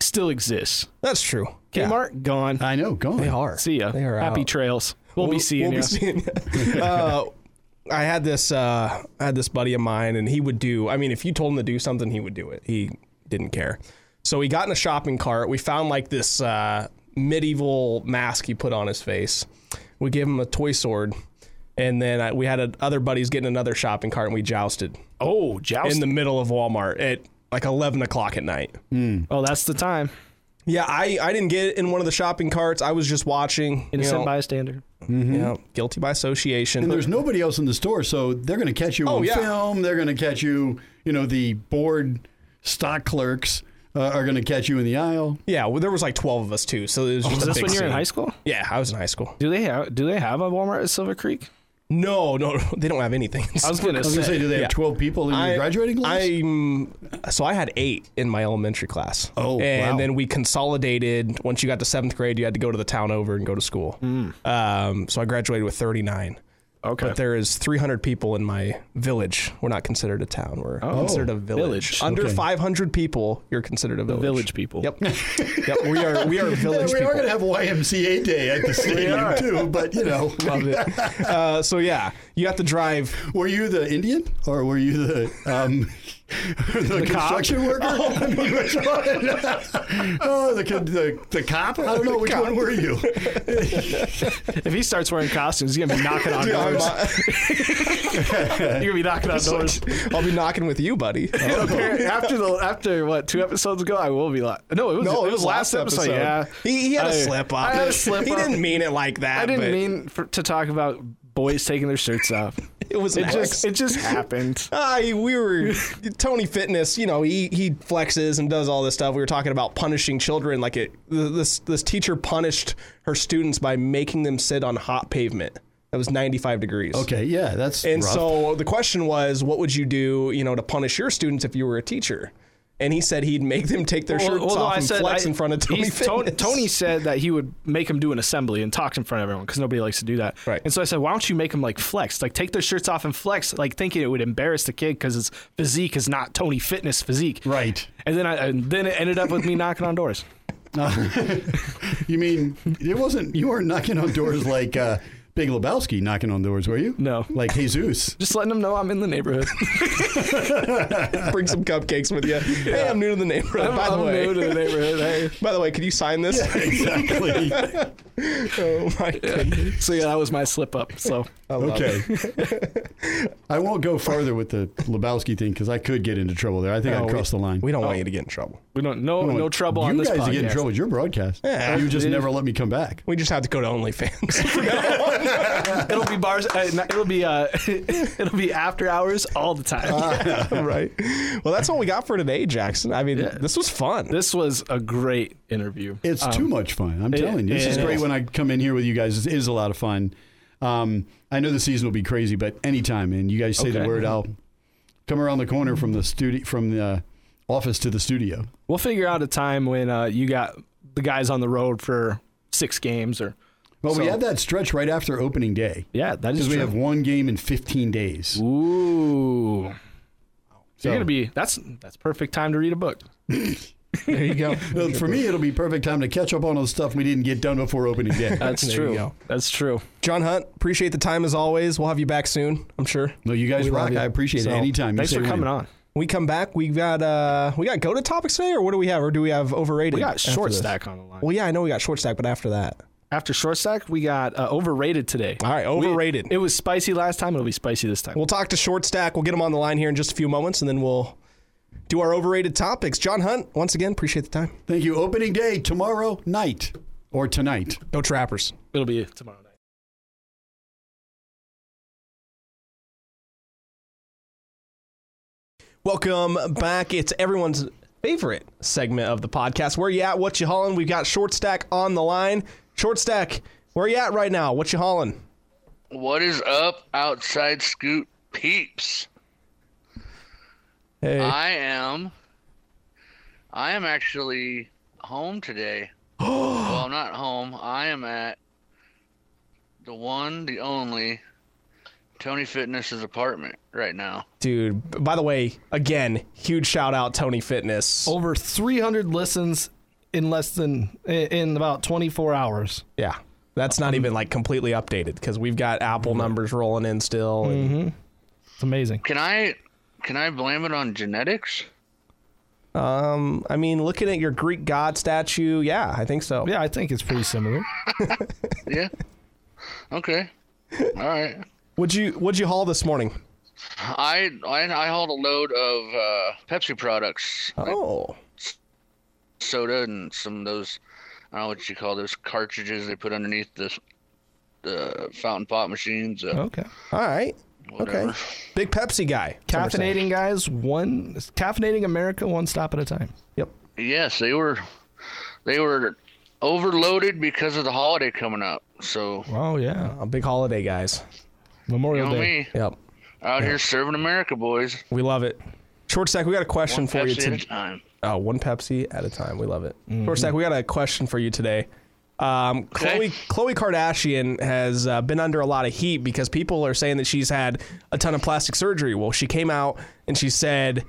Speaker 2: still exists.
Speaker 1: That's true.
Speaker 2: Kmart gone.
Speaker 3: I know, gone.
Speaker 1: They are.
Speaker 2: See ya.
Speaker 1: Uh, They are
Speaker 2: Happy
Speaker 1: out.
Speaker 2: trails. We'll, be seeing
Speaker 1: we'll
Speaker 2: you.
Speaker 1: Be seeing ya. uh, I had this. Uh, I had this buddy of mine, and he would do. I mean, if you told him to do something, he would do it. He didn't care. So he got in a shopping cart. We found like this uh, medieval mask he put on his face. We gave him a toy sword, and then I, we had a, other buddies getting another shopping cart, and we jousted
Speaker 2: [LAUGHS] oh, joust.
Speaker 1: in the middle of Walmart at like eleven o'clock at night.
Speaker 2: oh, that's the time.
Speaker 1: Yeah, I, I didn't get in one of the shopping carts. I was just watching. you
Speaker 2: Innocent
Speaker 1: know,
Speaker 2: bystander.
Speaker 1: you know, guilty by association.
Speaker 3: And there's nobody else in the store, so they're going to catch you
Speaker 2: Oh,
Speaker 3: on
Speaker 1: yeah.
Speaker 3: film. They're going to catch you, you know, the bored stock clerks uh, are going to catch you in the aisle.
Speaker 1: Yeah, well, there was like twelve of us too, so it was just
Speaker 2: Is
Speaker 1: a
Speaker 2: this
Speaker 1: big
Speaker 2: when you're in
Speaker 1: scene.
Speaker 2: high school?
Speaker 1: Yeah, I was in high school.
Speaker 2: Do they have Do they have a Walmart at Silver Creek?
Speaker 1: No, no, no, they don't have anything. [LAUGHS]
Speaker 2: I was gonna
Speaker 3: I was
Speaker 2: say.
Speaker 3: going to say, do they have
Speaker 1: Yeah.
Speaker 3: 12 people in your graduating class?
Speaker 1: I'm so I had eight in my elementary class.
Speaker 3: Oh,
Speaker 1: and
Speaker 3: wow.
Speaker 1: then we consolidated. Once you got to seventh grade, you had to go to the town over and go to school. Um, so I graduated with thirty nine.
Speaker 2: okay.
Speaker 1: But there is 300 people in my village. We're not considered a town. We're considered a village.
Speaker 2: village.
Speaker 1: Under
Speaker 3: Okay.
Speaker 1: 500 people, you're considered a village.
Speaker 2: Village people.
Speaker 1: Yep. yep. We are we are
Speaker 3: Yeah,
Speaker 1: village
Speaker 3: we
Speaker 1: people.
Speaker 3: are going to have YMCA day [LAUGHS] at the stadium too, but you [LAUGHS] know,
Speaker 1: Love it. Uh, so yeah, you have to drive
Speaker 3: were you the Indian or were you the um, [LAUGHS] the, construction worker? I mean, which one? [LAUGHS] oh, the, co- the the cop. I don't know which one were you.
Speaker 2: [LAUGHS] If he starts wearing costumes, he's gonna be
Speaker 1: [LAUGHS]
Speaker 2: knocking on
Speaker 1: I'm
Speaker 2: doors.
Speaker 1: not-
Speaker 2: You're gonna be knocking on doors.
Speaker 1: I'll be knocking with you,
Speaker 2: [LAUGHS]
Speaker 1: buddy.
Speaker 2: Apparently, after the after what two episodes ago, I will be like, no, it was
Speaker 1: No,
Speaker 2: it was last episode. Yeah,
Speaker 1: he, he had a
Speaker 2: I-
Speaker 1: slip up.
Speaker 2: I had a
Speaker 1: [LAUGHS]
Speaker 2: slip
Speaker 1: He
Speaker 2: up.
Speaker 1: didn't mean it like that.
Speaker 2: I didn't
Speaker 1: but [LAUGHS]
Speaker 2: mean for, to talk about boys taking their shirts off.
Speaker 1: it was
Speaker 2: [LAUGHS] It
Speaker 1: an
Speaker 2: just
Speaker 1: accident.
Speaker 2: it just [LAUGHS] happened.
Speaker 1: Ah, he- we were Tony Fitness. You know, he he flexes and does all this stuff. We were talking about punishing children. Like it, th- this this teacher punished her students by making them sit on hot pavement that was 95 degrees.
Speaker 3: [LAUGHS] Okay, yeah, that's
Speaker 1: And
Speaker 3: rough. [LAUGHS]
Speaker 1: so the question was, what would you do, you know, to punish your students if you were a teacher? And he said he'd make them take their shirts
Speaker 2: although
Speaker 1: off and flex in front of Tony
Speaker 2: he's- Ton-
Speaker 1: Fitness.
Speaker 2: Tony said that he would make him do an assembly and talk in front of everyone because nobody likes to do that.
Speaker 1: Right.
Speaker 2: And so I said, why don't you make him like flex, like take their shirts off and flex, like thinking it would embarrass the kid because his physique is not Tony Fitness physique.
Speaker 3: Right.
Speaker 2: And then I and then it ended up with me knocking on doors.
Speaker 3: [LAUGHS] you mean it wasn't? You weren't knocking on doors like uh, Big Lebowski knocking on doors, were you?
Speaker 2: No.
Speaker 3: Like Jesus. [LAUGHS]
Speaker 2: Just letting them know I'm in the neighborhood. [LAUGHS]
Speaker 1: Bring some cupcakes with you. Hey, I'm new to the neighborhood. by the
Speaker 2: I'm
Speaker 1: way,
Speaker 2: new to the neighborhood. Hey.
Speaker 1: [LAUGHS] by the way, could you sign this?
Speaker 3: exactly.
Speaker 1: [LAUGHS] oh my goodness.
Speaker 2: So yeah, that was my slip up. So
Speaker 1: I love it.
Speaker 3: Okay. [LAUGHS] I won't go further with the Lebowski thing because I could get into trouble there. I think
Speaker 1: No,
Speaker 3: I'd
Speaker 1: we-
Speaker 3: cross the line.
Speaker 1: We don't
Speaker 2: Oh.
Speaker 1: want you to get in trouble.
Speaker 2: we don't no
Speaker 3: Well,
Speaker 2: no trouble
Speaker 3: you
Speaker 2: on this
Speaker 3: guys
Speaker 2: podcast.
Speaker 3: are getting in trouble with your broadcast.
Speaker 1: Yeah.
Speaker 3: You just never let me come back.
Speaker 1: We just have to go to OnlyFans. [LAUGHS]
Speaker 2: [LAUGHS] It'll be bars. Uh, not- it'll be uh, [LAUGHS] it'll be after hours all the time.
Speaker 3: Ah.
Speaker 1: [LAUGHS] right. Well, that's all we got for today, Jackson. I mean,
Speaker 2: Yeah.
Speaker 1: this was fun.
Speaker 2: this was a great interview.
Speaker 3: It's too much fun. I'm telling you. This
Speaker 2: Um, it
Speaker 3: is great
Speaker 2: is.
Speaker 3: when I come in here with you guys. This is a lot of fun. Um, I know the season will be crazy, but anytime, and you guys say the
Speaker 2: Okay.
Speaker 3: word, I'll come around the corner from the studio, from the office to the studio.
Speaker 2: We'll figure out a time when uh, you got the guys on the road for six games or
Speaker 3: Well, we
Speaker 2: So-
Speaker 3: had that stretch right after opening day
Speaker 2: yeah, that is
Speaker 3: because we
Speaker 2: true.
Speaker 3: have one game in 15 days.
Speaker 2: Ooh.
Speaker 3: So-
Speaker 2: You're gonna be that's that's perfect time to read a book.
Speaker 1: There you go.
Speaker 3: Well, for me, it'll be perfect time to catch up on all the stuff we didn't get done before opening [LAUGHS] day.
Speaker 2: That's
Speaker 1: There you go.
Speaker 2: true. That's true.
Speaker 1: [LAUGHS] John Hunt, appreciate the time as always. We'll have you back soon, I'm sure.
Speaker 3: no, you guys
Speaker 1: We love
Speaker 3: rock.
Speaker 1: you.
Speaker 3: I appreciate
Speaker 1: So,
Speaker 3: it. Anytime. you
Speaker 2: Thanks
Speaker 3: say
Speaker 2: for
Speaker 3: when.
Speaker 2: coming on.
Speaker 1: we come back. We got uh we got go to topics today, or what do we have? Or do we have overrated?
Speaker 2: We got
Speaker 1: after
Speaker 2: short
Speaker 1: this?
Speaker 2: stack on the line.
Speaker 1: Well, yeah, I know we got short stack, but after that,
Speaker 2: After short stack, we got uh, overrated today.
Speaker 1: all right,
Speaker 2: We-
Speaker 1: overrated.
Speaker 2: it was spicy last time. It'll be spicy this time.
Speaker 1: we'll talk to short stack. We'll get him on the line here in just a few moments, and then we'll do our overrated topics. John Hunt, once again, appreciate the time.
Speaker 3: Thank you. Opening day tomorrow night or tonight.
Speaker 1: Go Trappers.
Speaker 2: It'll be tomorrow night.
Speaker 1: Welcome back. It's everyone's favorite segment of the podcast. Where you at? What you hauling? We've got Short Stack on the line. Short Stack, where you at right now? What you hauling?
Speaker 5: What is up, outside scoot peeps?
Speaker 1: Hey,
Speaker 5: I am. I am actually home today. well, I'm not home. I am at the one, the only Tony Fitness's apartment right now.
Speaker 1: dude. By the way, again, huge shout out Tony Fitness.
Speaker 2: Over 300 listens in less than in- in about 24 hours.
Speaker 1: Yeah. That's not even like completely updated because we've got Apple numbers rolling in still. and-
Speaker 2: It's amazing.
Speaker 5: Can I can I blame it on genetics?
Speaker 1: I mean, looking at your Greek god statue, yeah, I think so.
Speaker 2: Yeah, I think it's pretty similar.
Speaker 5: Yeah. okay. All right.
Speaker 1: Would you Would you haul this morning?
Speaker 5: I I, I hauled a load of uh, Pepsi products
Speaker 1: Oh,
Speaker 5: soda and some of those I don't know what you call those cartridges they put underneath the the fountain pop machines. Uh,
Speaker 2: Okay.
Speaker 1: all right,
Speaker 5: whatever.
Speaker 1: Oh, okay. Big Pepsi guy, that's what we're saying.
Speaker 2: Caffeinating guys, one caffeinating America, one stop at a time.
Speaker 1: Yep.
Speaker 5: Yes, they were they were overloaded because of the holiday coming up. So
Speaker 2: Oh yeah,
Speaker 1: Uh, big holiday guys.
Speaker 5: you
Speaker 2: Memorial
Speaker 5: know
Speaker 2: Day.
Speaker 5: me
Speaker 1: Yep.
Speaker 5: out here serving America, boys.
Speaker 1: We love it. Short stack, we got a question
Speaker 5: One
Speaker 1: for
Speaker 5: Pepsi at
Speaker 1: you
Speaker 5: a
Speaker 1: today.
Speaker 5: time.
Speaker 1: Oh, one Pepsi at a time. We love it.
Speaker 2: Mm-hmm.
Speaker 1: Short stack, we got a question for you today. Um, Chloe
Speaker 5: Okay.
Speaker 1: Chloe Kardashian has uh, been under a lot of heat because people are saying that she's had a ton of plastic surgery. Well, she came out and she said,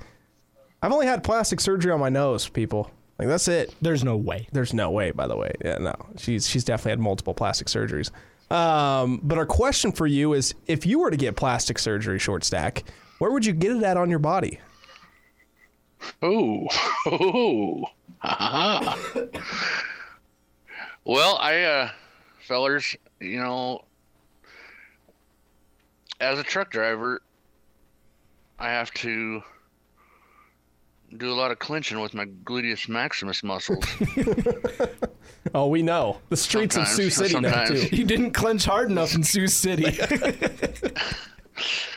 Speaker 1: "I've only had plastic surgery on my nose, people. Like that's it.
Speaker 2: There's no way.
Speaker 1: There's no way, by the way. Yeah, no. She's she's definitely had multiple plastic surgeries. Um, but our question for you is if you were to get plastic surgery, short stack, where would you get it at on your body?
Speaker 5: Ooh. [LAUGHS] Ooh. Ah. well, I, uh, fellers, you know, as a truck driver, I have to do a lot of clinching with my gluteus maximus
Speaker 1: [LAUGHS]
Speaker 5: muscles.
Speaker 1: Oh, we know. The streets of Sioux
Speaker 5: Sometimes.
Speaker 1: City now
Speaker 5: Sometimes.
Speaker 1: too.
Speaker 2: You didn't clench hard enough in
Speaker 1: [LAUGHS]
Speaker 2: Sioux City.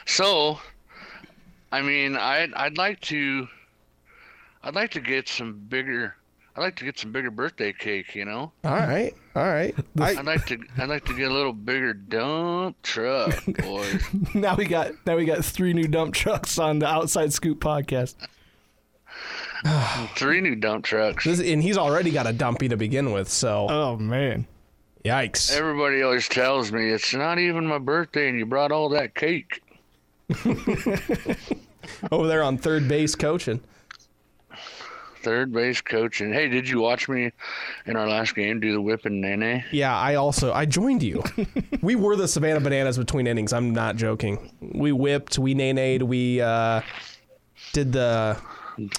Speaker 5: so, I mean, I'd, I'd like to, I'd like to get some bigger, I'd like to get some bigger birthday cake, you know?
Speaker 1: All right. All [LAUGHS] right. I,
Speaker 5: I'd like to. I'd like to get a little bigger dump truck, boys.
Speaker 2: now we got now we got three new dump trucks on the Outside Scoop podcast.
Speaker 5: Three new dump trucks.
Speaker 1: this, and he's already got a dumpy to begin with, so
Speaker 2: Oh man,
Speaker 1: yikes.
Speaker 5: Everybody always tells me it's not even my birthday, and you brought all that cake.
Speaker 1: Over there on third base coaching.
Speaker 5: third base coach. And hey, did you watch me in our last game do the whip and nene?
Speaker 2: Yeah, I also I joined
Speaker 4: [LAUGHS]
Speaker 2: you. we were the Savannah Bananas between innings. I'm not joking. We whipped, we nay-nayed, we uh, did the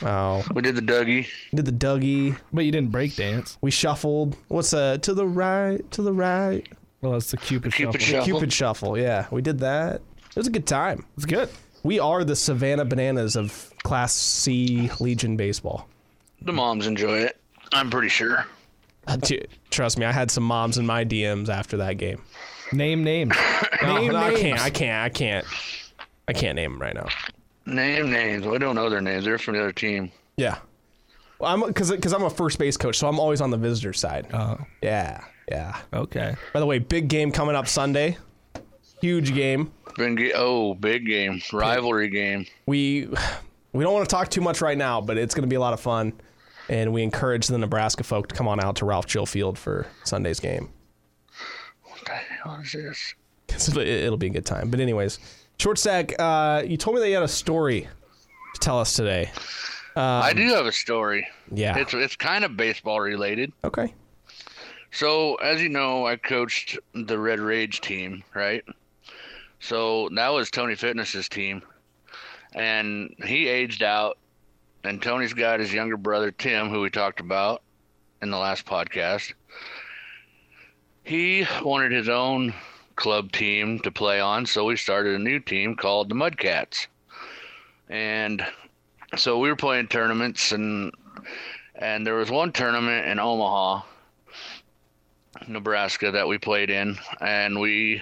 Speaker 2: oh
Speaker 5: We did the Dougie.
Speaker 2: did the Dougie.
Speaker 4: But you didn't break dance.
Speaker 2: We shuffled. What's uh to the right, to the right,
Speaker 4: Well, that's the Cupid,
Speaker 5: Cupid
Speaker 4: shuffle.
Speaker 5: shuffle.
Speaker 2: Cupid shuffle. Yeah, we did that. It was a good time.
Speaker 4: It's good.
Speaker 2: We are the Savannah Bananas of Class C Legion baseball.
Speaker 5: The moms enjoy it. I'm pretty sure.
Speaker 2: Uh, dude, trust me, I had some moms in my DMs after that game.
Speaker 4: Name names.
Speaker 2: No,
Speaker 4: Name
Speaker 2: no, I can't.
Speaker 4: names.
Speaker 2: I can't. I can't. I can't name them right now.
Speaker 5: Name names. We don't know their names. They're from the other team.
Speaker 2: Yeah. Well, I'm because because I'm a first base coach, so I'm always on the visitor side. yeah, yeah.
Speaker 4: Okay.
Speaker 2: By the way, big game coming up Sunday. Huge game.
Speaker 5: Been ge- oh, big game, rivalry game.
Speaker 2: We we don't want to talk too much right now, but it's going to be a lot of fun, and we encourage the Nebraska folk to come on out to Ralph Jill Field for Sunday's game.
Speaker 5: What the hell is this?
Speaker 2: So it- it'll be a good time. But anyways, short stack. Uh, you told me that you had a story to tell us today.
Speaker 5: I do have a story.
Speaker 2: Yeah.
Speaker 5: It's it's kind of baseball related.
Speaker 2: okay.
Speaker 5: So, as you know, I coached the Red Rage team, right? So that was Tony Fitness's team, and he aged out, and Tony's got his younger brother Tim, who we talked about in the last podcast. He wanted his own club team to play on, so we started a new team called the Mudcats, and so we were playing tournaments and. And there was one tournament in Omaha Nebraska that we played in, and we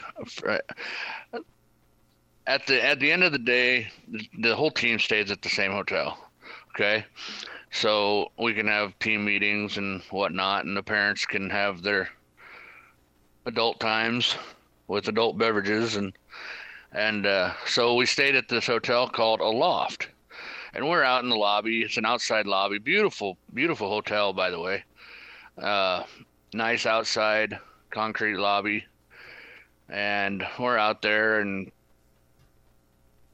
Speaker 5: at the at the end of the day, the whole team stays at the same hotel. Okay, so we can have team meetings and whatnot, and the parents can have their adult times with adult beverages, and and uh, so we stayed at this hotel called Aloft, and we're out in the lobby. It's an outside lobby, beautiful, beautiful hotel, by the way nice outside concrete lobby and we're out there and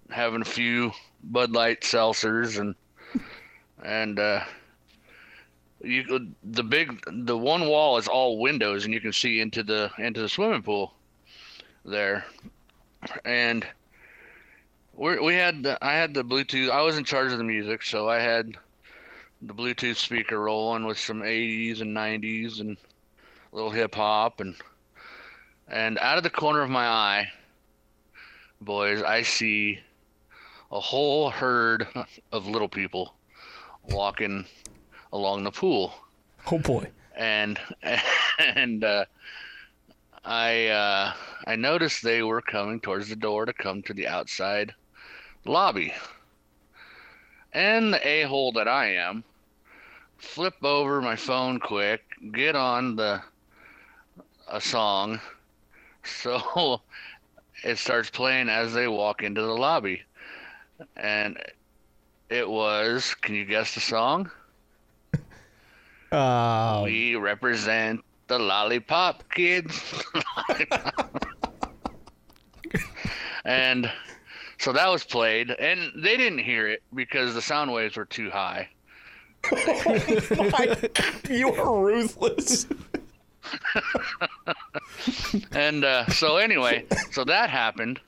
Speaker 5: having a few bud light seltzers and and uh you could the big the one wall is all windows and you can see into the into the swimming pool there and we we had the, I had the Bluetooth I was in charge of the music so I had the Bluetooth speaker rolling with some 80s and 90s and a little hip hop and and out of the corner of my eye, boys, I see a whole herd of little people walking along the pool
Speaker 2: Oh boy.
Speaker 5: and [LAUGHS] and uh, I uh, I noticed they were coming towards the door to come to the outside lobby, and the a hole that I am, flip over my phone quick, get on the a song, [LAUGHS] so it starts playing as they walk into the lobby, and it was can you guess the song?
Speaker 2: Uh,
Speaker 5: We represent the lollipop kids. [LAUGHS] and so that was played, and they didn't hear it because the sound waves were too high.
Speaker 2: [LAUGHS] you are ruthless.
Speaker 5: [LAUGHS] And uh, so anyway, so that happened.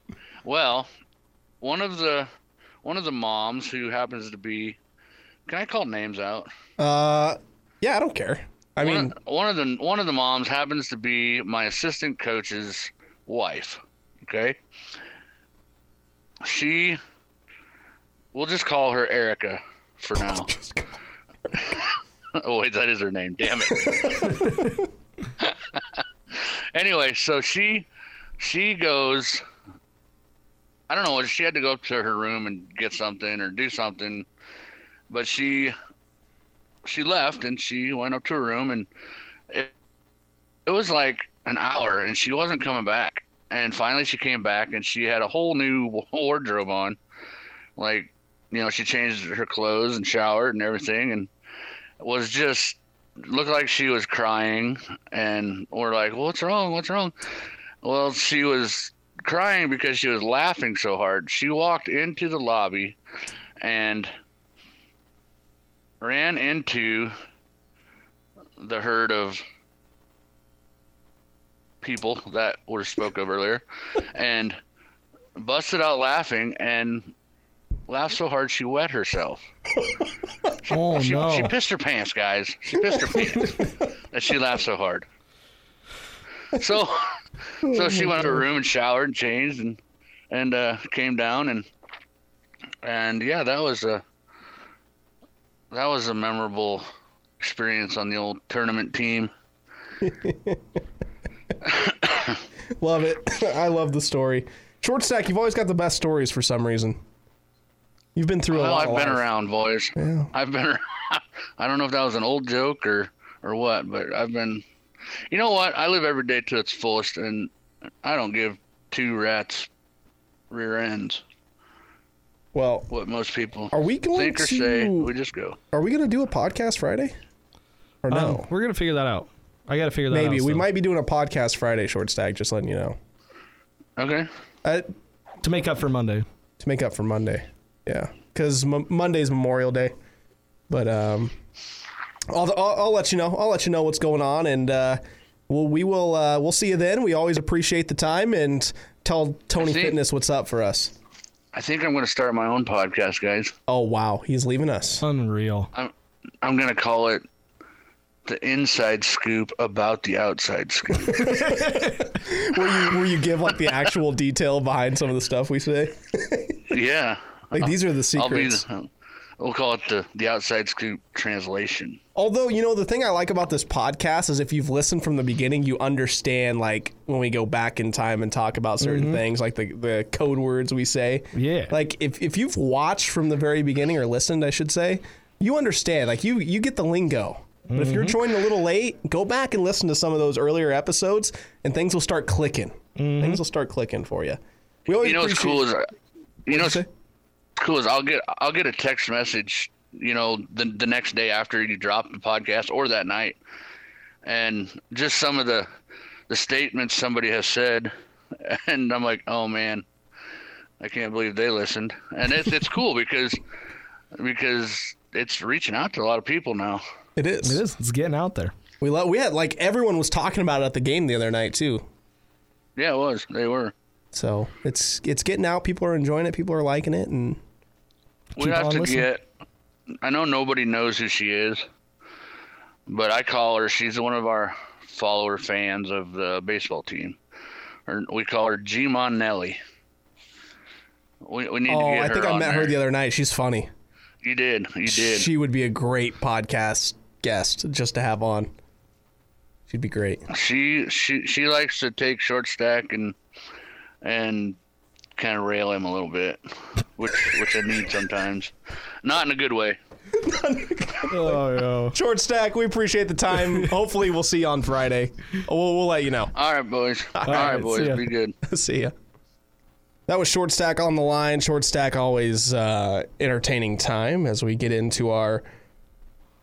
Speaker 5: Well, one of the one of the moms who happens to be can I call names out?
Speaker 2: Yeah, I don't care. I
Speaker 5: One-
Speaker 2: mean,
Speaker 5: one of the one of the moms happens to be my assistant coach's wife. Okay. She we'll just call her Erica for now. [LAUGHS] oh wait, that is her name. Damn it. [LAUGHS] anyway, so she she goes I don't know, she had to go up to her room and get something or do something, but she she left and she went up to her room and it, it was like an hour and she wasn't coming back and finally she came back and she had a whole new [LAUGHS] wardrobe on like you know she changed her clothes and showered and everything and was just looked like she was crying and we're like what's wrong what's wrong well she was crying because she was laughing so hard she walked into the lobby and ran into the herd of people that were spoke of earlier and busted out laughing and laughed so hard she wet herself.
Speaker 2: Oh
Speaker 5: She,
Speaker 2: no!
Speaker 5: she pissed her pants, guys. She
Speaker 2: [LAUGHS]
Speaker 5: pissed her pants that she laughed so hard. So,
Speaker 2: Oh,
Speaker 5: so she went to her room and showered and changed and and uh, came down and and yeah, that was a that was a memorable experience on the old tournament team.
Speaker 1: Love it. [LAUGHS] I love the story. Short stack, you've always got the best stories for some reason. You've been through a
Speaker 5: Well,
Speaker 1: lot. of
Speaker 5: I've been
Speaker 1: life.
Speaker 5: around, boys. I've been around. [LAUGHS] I don't know if that was an old joke or or what, but I've been. You know what? I live every day to its fullest, and I don't give two rats rear ends.
Speaker 1: Well,
Speaker 5: What most people
Speaker 1: Are we going
Speaker 5: think or
Speaker 1: to-
Speaker 5: say? We just go.
Speaker 1: are we going to do a podcast Friday? Or
Speaker 2: Um,
Speaker 1: no?
Speaker 2: we're gonna figure that out. I gotta figure that out.
Speaker 1: Maybe. We
Speaker 2: still.
Speaker 1: might be doing a podcast Friday, short stack, just letting you know.
Speaker 5: Okay.
Speaker 1: Uh,
Speaker 2: to make up for Monday.
Speaker 1: to make up for Monday. Yeah, because m- Monday's Memorial Day. But um, I'll, I'll I'll let you know. I'll let you know what's going on, and uh, we'll we will uh, we'll see you then. We always appreciate the time, and tell Tony
Speaker 5: See-
Speaker 1: Fitness what's up for us.
Speaker 5: I think I'm going to start my own podcast, guys.
Speaker 1: Oh wow, he's leaving us.
Speaker 2: Unreal.
Speaker 5: I'm going to call it the inside scoop about the outside
Speaker 1: [LAUGHS]
Speaker 5: scoop.
Speaker 1: Where you where you give like the actual detail behind some of the stuff we say.
Speaker 5: yeah.
Speaker 1: Like these are the
Speaker 5: I'll be.
Speaker 1: secrets.
Speaker 5: The, we'll call it the the outside scoop translation.
Speaker 1: Although, you know, the thing I like about this podcast is if you've listened from the beginning, you understand like when we go back in time and talk about certain things, like the, the code words we say.
Speaker 2: Mm-hmm. Yeah.
Speaker 1: Like if, if you've watched from the very beginning or listened, I should say, you understand. Like you you get the lingo. But if
Speaker 2: Mm-hmm.
Speaker 1: you're joining a little late, go back and listen to some of those earlier episodes and things will start clicking.
Speaker 2: Mm-hmm.
Speaker 1: Things will start clicking for you. We always
Speaker 5: you know what's
Speaker 1: appreciate-
Speaker 5: cool is uh, you know what's
Speaker 1: say?
Speaker 5: cool is I'll get I'll get a text message you know the the next day after you drop the podcast or that night and just some of the the statements somebody has said [LAUGHS] and I'm like oh man I can't believe they listened and it's it's cool because because it's reaching out to a lot of people now
Speaker 1: It is.
Speaker 2: It is. It's getting out there.
Speaker 1: We love we had like everyone was talking about it at the game the other night too.
Speaker 5: yeah it was they were
Speaker 1: So it's it's getting out. People are enjoying it. People are liking it, and
Speaker 5: we have
Speaker 2: on
Speaker 5: to
Speaker 2: listening.
Speaker 5: get. I know nobody knows who she is, but I call her. She's one of our follower fans of the baseball team. Her, we call her Gmon Nelly. We, we need
Speaker 1: oh,
Speaker 5: to get
Speaker 1: I
Speaker 5: her
Speaker 1: think I
Speaker 5: on
Speaker 1: met her
Speaker 5: there.
Speaker 1: the other night. She's funny.
Speaker 5: You did. You did.
Speaker 1: She would be a great podcast guest just to have on. She'd be great.
Speaker 5: she she she likes to take short stack and and kind of rail him a little bit, which which I need sometimes, not in a good way.
Speaker 2: Oh yeah.
Speaker 1: Short stack. We appreciate the [LAUGHS] time. Hopefully, we'll see you on Friday. We'll we'll let you know.
Speaker 5: All
Speaker 1: [LAUGHS]
Speaker 5: right, boys. All right,
Speaker 2: right, see
Speaker 5: boys.
Speaker 2: ya.
Speaker 5: Be good.
Speaker 1: see ya. That was short stack on the line. Short stack always uh, entertaining time as we get into our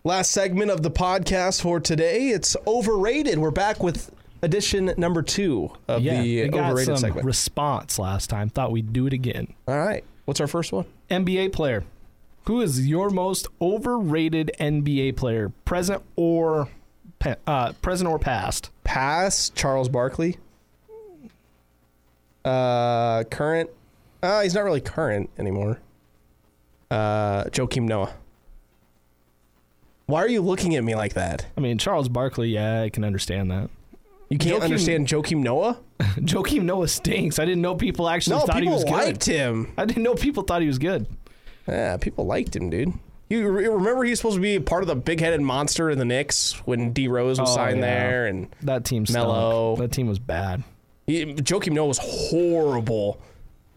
Speaker 1: last segment of the podcast for today. It's overrated. We're back with edition number two of
Speaker 2: Yeah.
Speaker 1: the
Speaker 2: we got
Speaker 1: overrated
Speaker 2: some
Speaker 1: segment.
Speaker 2: response last time. Thought we'd do it again.
Speaker 1: All right. What's our first one?
Speaker 2: NBA player. Who is your most overrated NBA player, present or pe- uh, present or past?
Speaker 1: Pass Charles Barkley. Uh, current. Uh, he's not really current anymore. Uh, Joakim Noah. Why are you looking at me like that?
Speaker 2: I mean, Charles Barkley. Yeah, I can understand that.
Speaker 1: You can't
Speaker 2: Joakim-
Speaker 1: understand Joakim Noah?
Speaker 2: Joakim Noah stinks. I didn't know Oh, people actually
Speaker 1: No,
Speaker 2: thought he
Speaker 1: people
Speaker 2: was
Speaker 1: liked
Speaker 2: good.
Speaker 1: him.
Speaker 2: I didn't know people thought he was good.
Speaker 1: Yeah, people liked him, dude. You re- remember he was supposed to be part of the big-headed monster in the Knicks when D Rose was
Speaker 2: Oh,
Speaker 1: signed
Speaker 2: yeah.
Speaker 1: there, and
Speaker 2: That team stunk.
Speaker 1: Melo.
Speaker 2: That team was bad.
Speaker 1: he, Joakim Noah was horrible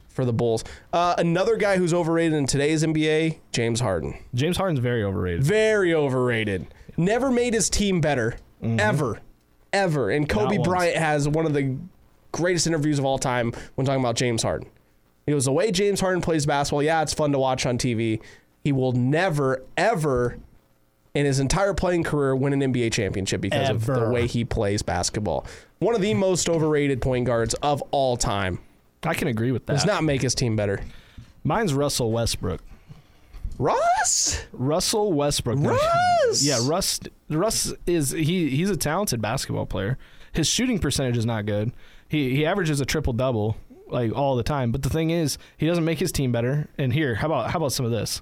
Speaker 1: for the Bulls. Uh, another guy who's overrated in today's NBA, James Harden,
Speaker 2: James Harden's very overrated.
Speaker 1: very overrated. Never made his team better, ever, ever. And Kobe
Speaker 2: Mm-hmm. once.
Speaker 1: Bryant has one of the greatest interviews of all time when talking about James Harden. It was the way James Harden plays basketball. Yeah, it's fun to watch on TV. He will never, ever in his entire playing career win an NBA championship because of the
Speaker 2: Ever.
Speaker 1: way he plays basketball. One of the most overrated point guards of all time.
Speaker 2: I can agree with that.
Speaker 1: Does not make his team better.
Speaker 2: Mine's Russell Westbrook.
Speaker 1: Russ?
Speaker 2: Russell Westbrook.
Speaker 1: Russ!
Speaker 2: Yeah, Russ. Russ is he. He's a talented basketball player. His shooting percentage is not good. He he averages a triple double like all the time. But the thing is, he doesn't make his team better. And here, how about how about some of this?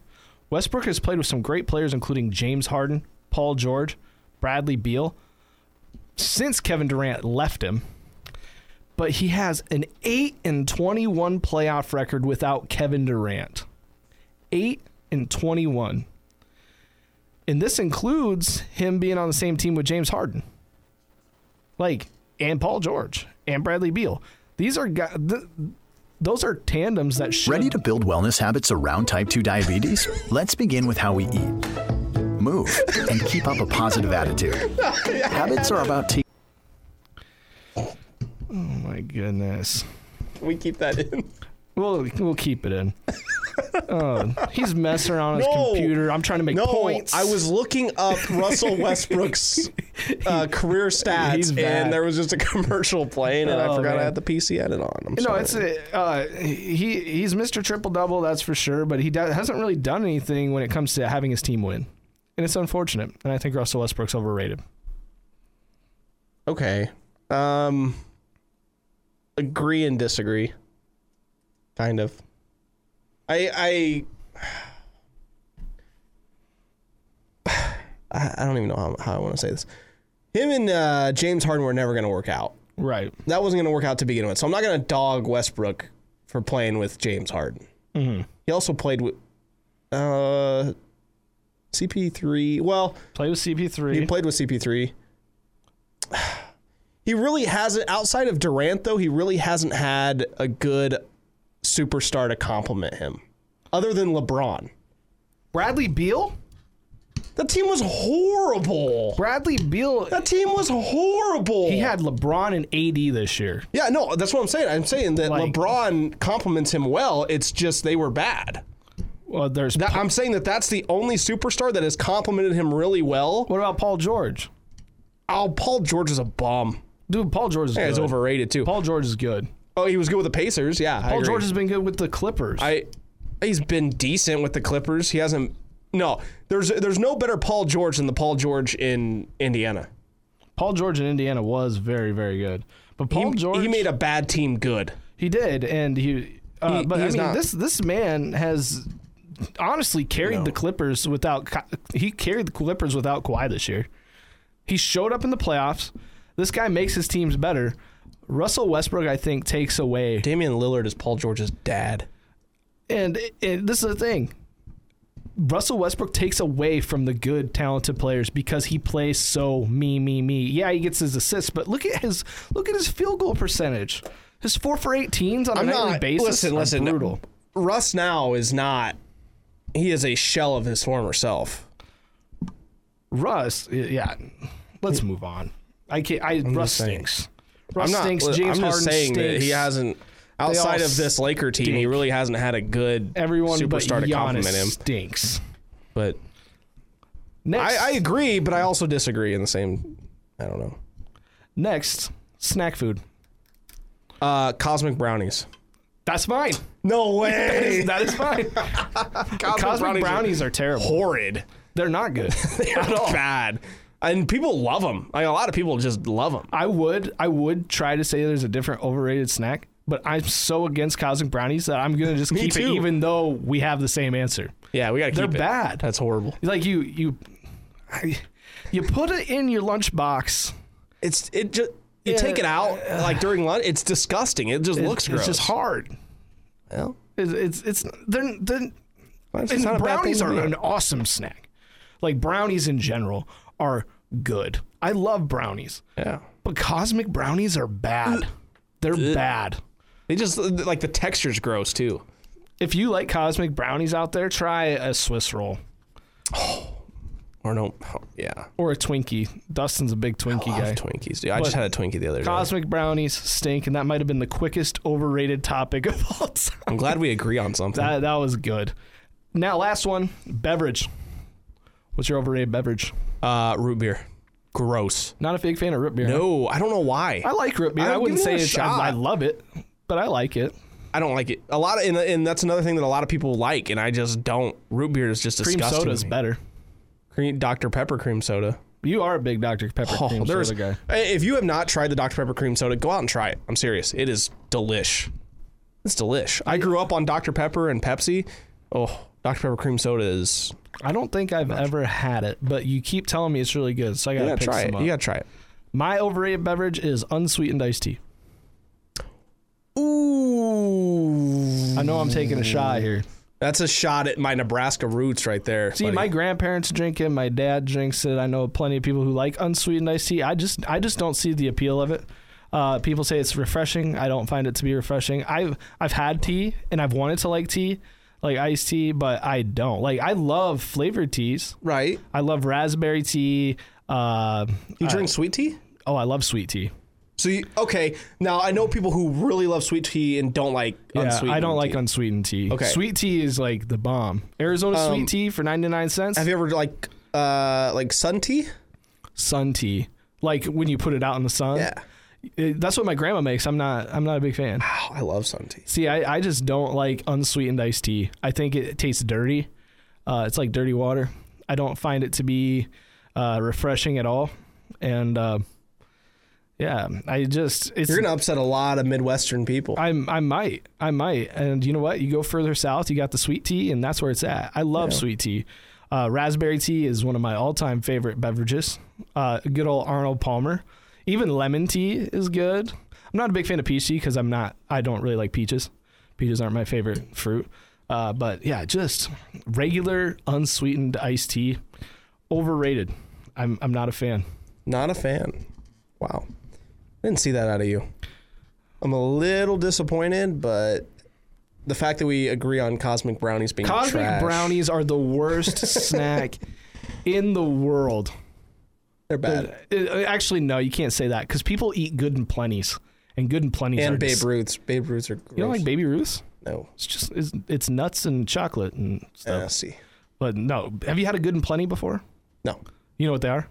Speaker 2: Westbrook has played with some great players, including James Harden, Paul George, Bradley Beal. Since Kevin Durant left him, but he has an eight and twenty-one playoff record without Kevin Durant. 8 and 21. And this includes him being on the same team with James Harden. Like and Paul George and Bradley Beal. These are guys, th- those are tandems that should
Speaker 6: Ready to build wellness habits around type 2 diabetes? Let's begin with how we eat, move, and keep up a positive attitude. Habits are about taking
Speaker 2: Oh my goodness.
Speaker 1: We keep that in.
Speaker 2: We'll we'll keep it in. oh, he's messing around on his
Speaker 1: No.
Speaker 2: computer. I'm trying to make
Speaker 1: No,
Speaker 2: points.
Speaker 1: I was looking up Russell
Speaker 2: [LAUGHS]
Speaker 1: Westbrook's uh, career stats,
Speaker 2: He's
Speaker 1: and
Speaker 2: bad.
Speaker 1: there was just a commercial playing, and I
Speaker 2: Oh,
Speaker 1: forgot I
Speaker 2: man.
Speaker 1: had the PC edit on. I'm
Speaker 2: No,
Speaker 1: sorry.
Speaker 2: it's a, uh, he he's Mr. Triple Double, that's for sure. But he do- hasn't really done anything when it comes to having his team win, and it's unfortunate. And I think Russell Westbrook's overrated.
Speaker 1: okay. Um, agree and disagree. Kind of. I [SIGHS] I I I don't even know how, how I want to say this. Him and uh, James Harden were never going to work out.
Speaker 2: Right.
Speaker 1: that wasn't going to work out to begin with. So I'm not going to dog Westbrook for playing with James Harden.
Speaker 2: Mm-hmm.
Speaker 1: He also played with uh, CP3. Well,
Speaker 2: Play with
Speaker 1: he
Speaker 2: CP3.
Speaker 1: played with CP3. He really hasn't, outside of Durant, though, he really hasn't had a good superstar to compliment him, other than LeBron.
Speaker 2: Bradley Beal.
Speaker 1: That team was horrible.
Speaker 2: Bradley Beal.
Speaker 1: That team was horrible.
Speaker 2: He had LeBron and AD this year.
Speaker 1: Yeah, no, that's what I'm saying. I'm saying that
Speaker 2: Like-
Speaker 1: LeBron compliments him well. It's just they were bad.
Speaker 2: Well, there's.
Speaker 1: That, I'm saying that that's the only superstar that has complimented him really well.
Speaker 2: what about Paul George?
Speaker 1: Oh, Paul George is a bomb.
Speaker 2: Dude, Paul George is
Speaker 1: Yeah,
Speaker 2: good.
Speaker 1: he's overrated too.
Speaker 2: Paul George is good.
Speaker 1: oh, he was good with the Pacers. Yeah, I
Speaker 2: Paul
Speaker 1: agree.
Speaker 2: George has been good with the Clippers.
Speaker 1: I, he's been decent with the Clippers. He hasn't. No, there's there's no better Paul George than the Paul George in Indiana.
Speaker 2: Paul George in Indiana was very, very good. But Paul
Speaker 1: he,
Speaker 2: George,
Speaker 1: he made a bad team good.
Speaker 2: He did, and he. Uh,
Speaker 1: He-
Speaker 2: but
Speaker 1: he
Speaker 2: I
Speaker 1: is
Speaker 2: mean,
Speaker 1: not-
Speaker 2: this this man has honestly carried the Clippers without. Ka- He carried the Clippers without Kawhi this year. He showed up in the playoffs. This guy makes his teams better. Russell Westbrook, I think, takes away.
Speaker 1: Damian Lillard is Paul George's dad.
Speaker 2: And it, it- this is the thing. Russell Westbrook takes away from the good, talented players because he plays so me, me, me. Yeah, he gets his assists, but look at his look at his field goal percentage. His four for 18s on a
Speaker 1: I'm
Speaker 2: nightly
Speaker 1: not-
Speaker 2: basis.
Speaker 1: listen,
Speaker 2: are
Speaker 1: listen.
Speaker 2: Brutal.
Speaker 1: Russ now is not. He is a shell of his former self.
Speaker 2: Russ, y- yeah. Let's move on. I can't. I Russ
Speaker 1: saying.
Speaker 2: stinks. Russ stinks.
Speaker 1: li-
Speaker 2: James
Speaker 1: I'm
Speaker 2: Harden
Speaker 1: just saying
Speaker 2: stinks.
Speaker 1: that he hasn't. Outside of this Laker team, he
Speaker 2: stink.
Speaker 1: really hasn't had a good
Speaker 2: everyone but
Speaker 1: superstar to
Speaker 2: Giannis
Speaker 1: compliment him.
Speaker 2: Stinks.
Speaker 1: But
Speaker 2: Next,
Speaker 1: I, I agree, but I also disagree in the same. I don't know.
Speaker 2: next snack food.
Speaker 1: Uh, cosmic brownies.
Speaker 2: That's fine.
Speaker 1: No [LAUGHS] way.
Speaker 2: That
Speaker 1: [LAUGHS]
Speaker 2: is fine.
Speaker 1: cosmic,
Speaker 2: Cosmic brownies,
Speaker 1: brownies
Speaker 2: are, terrible.
Speaker 1: horrid.
Speaker 2: They're
Speaker 1: [LAUGHS]
Speaker 2: not good.
Speaker 1: They're bad, and people love them. Like a lot of people just love them.
Speaker 2: I would I would try to say there's a different overrated snack, but I'm so against cosmic brownies that I'm gonna
Speaker 1: [LAUGHS]
Speaker 2: just
Speaker 1: Me
Speaker 2: keep
Speaker 1: too.
Speaker 2: it, even though we have the same answer.
Speaker 1: Yeah, we gotta keep
Speaker 2: They're
Speaker 1: it.
Speaker 2: bad.
Speaker 1: That's horrible.
Speaker 2: Like you you you put it in your lunchbox.
Speaker 1: It's it just. You take it out like during lunch. It's disgusting. It just looks gross.
Speaker 2: It's just hard.
Speaker 1: Well,
Speaker 2: It's it's, it's they're, they're,
Speaker 1: it's
Speaker 2: and
Speaker 1: not a bad
Speaker 2: brownies
Speaker 1: thing to
Speaker 2: are
Speaker 1: be.
Speaker 2: an awesome snack. Like brownies in general are good. I love brownies,
Speaker 1: Yeah.
Speaker 2: but cosmic brownies are bad. They're bad.
Speaker 1: They just like the texture's gross too.
Speaker 2: If you like cosmic brownies out there, try a Swiss roll
Speaker 1: Or no, oh, yeah.
Speaker 2: or a Twinkie. Dustin's a big Twinkie
Speaker 1: Love
Speaker 2: guy.
Speaker 1: Twinkies, dude. I just had a Twinkie the other day.
Speaker 2: Cosmic brownies stink, and that might have been the quickest overrated topic of all time.
Speaker 1: I'm glad we agree
Speaker 2: [LAUGHS]
Speaker 1: on something.
Speaker 2: That, that was good. Now, last one beverage. What's your overrated beverage?
Speaker 1: uh, root beer, gross.
Speaker 2: Not a big fan of root beer.
Speaker 1: No, I don't know why.
Speaker 2: I like root beer.
Speaker 1: I
Speaker 2: I,
Speaker 1: would
Speaker 2: wouldn't
Speaker 1: give
Speaker 2: say
Speaker 1: it a
Speaker 2: it's, I,
Speaker 1: shot.
Speaker 2: I love it, but I like it.
Speaker 1: I don't like it. A lot of and, and that's another thing that a lot of people like, and I just don't. Root beer is just
Speaker 2: Cream
Speaker 1: disgusting.
Speaker 2: soda
Speaker 1: to
Speaker 2: is
Speaker 1: me.
Speaker 2: better.
Speaker 1: Cream, Dr Pepper cream soda.
Speaker 2: You are a big Dr. Pepper
Speaker 1: Oh,
Speaker 2: cream
Speaker 1: there's-
Speaker 2: soda guy.
Speaker 1: If you have not tried the Dr Pepper cream soda, go out and try it. I'm serious. It is delish. It's delish. I grew up on Dr Pepper and Pepsi. Oh, Dr Pepper cream soda is.
Speaker 2: I don't think I've ever had it, but you keep telling me it's really good, so I
Speaker 1: You
Speaker 2: gotta
Speaker 1: gotta
Speaker 2: pick
Speaker 1: try
Speaker 2: some
Speaker 1: it.
Speaker 2: up.
Speaker 1: You gotta try it.
Speaker 2: My overrated beverage is unsweetened iced tea.
Speaker 1: Ooh,
Speaker 2: I know I'm taking a shot here.
Speaker 1: that's a shot at my Nebraska roots right there.
Speaker 2: See,
Speaker 1: buddy.
Speaker 2: my grandparents drink it. My dad drinks it. I know plenty of people who like unsweetened iced tea. I just, I just don't see the appeal of it. Uh, people say it's refreshing. I don't find it to be refreshing. I've, I've had tea and I've wanted to like tea, like iced tea, but I don't. Like, I love flavored teas.
Speaker 1: right.
Speaker 2: I love raspberry tea. Uh,
Speaker 1: You drink sweet tea.
Speaker 2: oh, I love sweet tea.
Speaker 1: So you, okay, now I know people who really love sweet tea and don't like
Speaker 2: Yeah,
Speaker 1: unsweetened.
Speaker 2: I don't like
Speaker 1: tea.
Speaker 2: unsweetened tea.
Speaker 1: Okay.
Speaker 2: Sweet tea is like the bomb. Arizona
Speaker 1: Um,
Speaker 2: sweet tea for 99 cents.
Speaker 1: Have you ever like uh like sun tea?
Speaker 2: sun tea. Like when you put it out in the sun. It- that's what my grandma makes. I'm not I'm not a big fan.
Speaker 1: Oh, I love sun tea.
Speaker 2: See, I, I just don't like unsweetened iced tea. I think it, tastes dirty. Uh, it's like dirty water. I don't find it to be uh, refreshing at all. And uh, yeah, I just it's
Speaker 1: You're gonna upset a lot of Midwestern people.
Speaker 2: I I might I might and you know what you go further south you got the sweet tea and that's where it's at I love sweet tea uh, raspberry tea is one of my all time favorite beverages uh, good old Arnold Palmer even lemon tea is good I'm not a big fan of peach tea because I'm not I don't really like peaches peaches aren't my favorite fruit uh, but yeah just regular unsweetened iced tea overrated I'm I'm not a fan
Speaker 1: Not a fan. Wow, didn't see that out of you. I'm a little disappointed, but the fact that we agree on cosmic brownies being
Speaker 2: Cosmic
Speaker 1: trash,
Speaker 2: brownies are the worst snack in the world.
Speaker 1: they're bad.
Speaker 2: Uh, Actually, no, you can't say that because people eat good and plenties, and good and plenties are
Speaker 1: and Babe
Speaker 2: dis-
Speaker 1: Ruths. Babe Ruths are gross.
Speaker 2: You don't like Baby Ruth's?
Speaker 1: no.
Speaker 2: It's just it's, it's nuts and chocolate and stuff.
Speaker 1: Uh, see,
Speaker 2: But no, have you had a good and plenty before?
Speaker 1: no,
Speaker 2: You know what they are?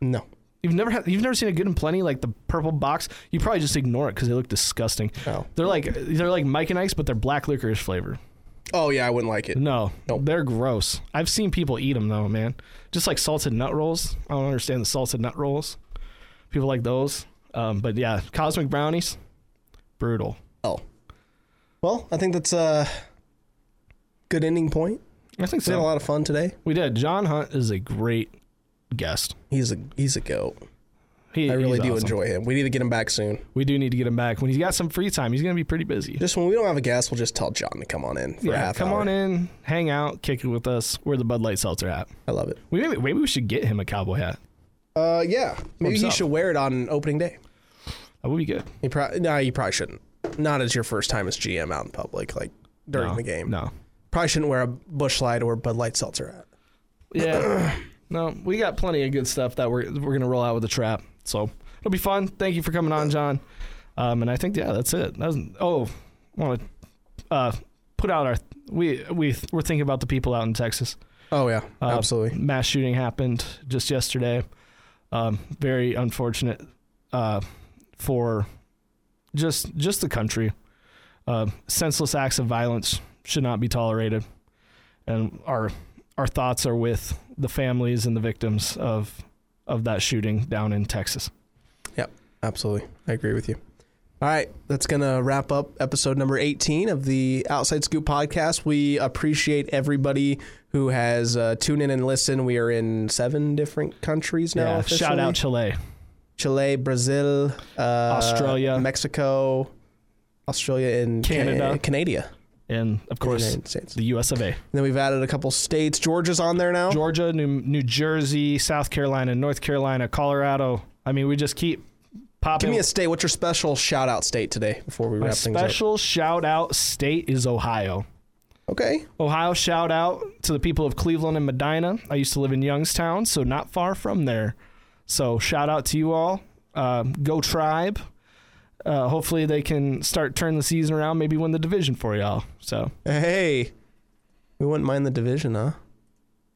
Speaker 1: no.
Speaker 2: You've never had. You've never seen a good and plenty like the purple box. You probably just ignore it because they look disgusting.
Speaker 1: Oh.
Speaker 2: They're like they're like Mike and Ike's, but they're black licorice flavor.
Speaker 1: Oh yeah, I wouldn't like it.
Speaker 2: No,
Speaker 1: Nope.
Speaker 2: they're gross. I've seen people eat them though, man. Just like salted nut rolls. I don't understand the salted nut rolls. People like those. Um, but yeah, cosmic brownies, brutal.
Speaker 1: Oh. Well, I think that's a good ending point.
Speaker 2: I think
Speaker 1: We had a
Speaker 2: so.
Speaker 1: lot of fun today.
Speaker 2: We did. John Hunt is a great guest.
Speaker 1: He's a he's a goat.
Speaker 2: He,
Speaker 1: I really
Speaker 2: he's
Speaker 1: do
Speaker 2: awesome.
Speaker 1: enjoy him. We need to get him back soon.
Speaker 2: We do need to get him back when he's got some free time. He's gonna be pretty busy.
Speaker 1: Just when we don't have a guest, we'll just tell John to come on in for a
Speaker 2: yeah,
Speaker 1: half
Speaker 2: come
Speaker 1: hour.
Speaker 2: on in, hang out, kick it with us. Where the Bud Light Seltzer at?
Speaker 1: I love it.
Speaker 2: We maybe, maybe we should get him a cowboy hat.
Speaker 1: Uh, yeah, maybe he
Speaker 2: up.
Speaker 1: should wear it on opening day.
Speaker 2: That would be good.
Speaker 1: He probably no, you probably shouldn't. Not as your first time as GM out in public, like during
Speaker 2: No,
Speaker 1: the game.
Speaker 2: No.
Speaker 1: probably shouldn't wear a bush light or Bud Light seltzer hat.
Speaker 2: Yeah. no, we got plenty of good stuff that we're we're gonna roll out with the trap. So it'll be fun. Thank you for coming on, John. Um, and I think yeah, that's it. That was, oh, want to uh, put out our we we we're thinking about the people out in Texas.
Speaker 1: Oh yeah,
Speaker 2: Uh,
Speaker 1: absolutely.
Speaker 2: Mass shooting happened just yesterday. Um, very unfortunate uh, for just just the country. Uh, senseless acts of violence should not be tolerated, and our our thoughts are with the families and the victims of of that shooting down in Texas.
Speaker 1: Yep, absolutely. I agree with you. All right, that's going to wrap up episode number 18 of the Outside Scoop podcast. We appreciate everybody who has uh, tuned in and listened. We are in seven different countries now.
Speaker 2: Yeah, Uh, shout out
Speaker 1: officially.
Speaker 2: Chile.
Speaker 1: Chile, Brazil, uh,
Speaker 2: Australia.
Speaker 1: Mexico, Australia, and Ca-
Speaker 2: Canada.
Speaker 1: Canada.
Speaker 2: And of course,
Speaker 1: United States.
Speaker 2: the US of A.
Speaker 1: And then we've added a couple states. Georgia's on there now.
Speaker 2: Georgia, New, New Jersey, South Carolina, North Carolina, Colorado. I mean, we just keep popping.
Speaker 1: Give me a state. What's your special shout out state today before we
Speaker 2: My
Speaker 1: wrap things up?
Speaker 2: special shout out state is Ohio.
Speaker 1: Okay.
Speaker 2: Ohio shout out to the people of Cleveland and Medina. I used to live in Youngstown, so not far from there. So shout out to you all. Uh, go tribe. Uh, hopefully they can start turning the season around, maybe win the division for y'all. So
Speaker 1: Hey, we wouldn't mind the division, huh?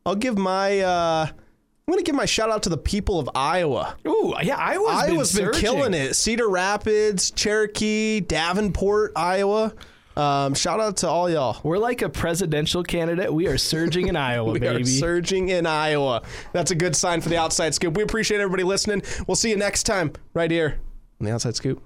Speaker 1: I'll give my. uh I'm gonna give my shout out to the people of Iowa.
Speaker 2: ooh yeah, Iowa's
Speaker 1: Iowa's been,
Speaker 2: surging.
Speaker 1: killing it. Cedar Rapids, Cherokee, Davenport, Iowa. Um, shout out to all y'all.
Speaker 2: We're like a presidential candidate. We are
Speaker 1: [LAUGHS]
Speaker 2: surging in Iowa,
Speaker 1: We
Speaker 2: baby.
Speaker 1: are surging in Iowa. That's a good sign for the outside scoop. We appreciate everybody listening. We'll see you next time right here on the outside scoop.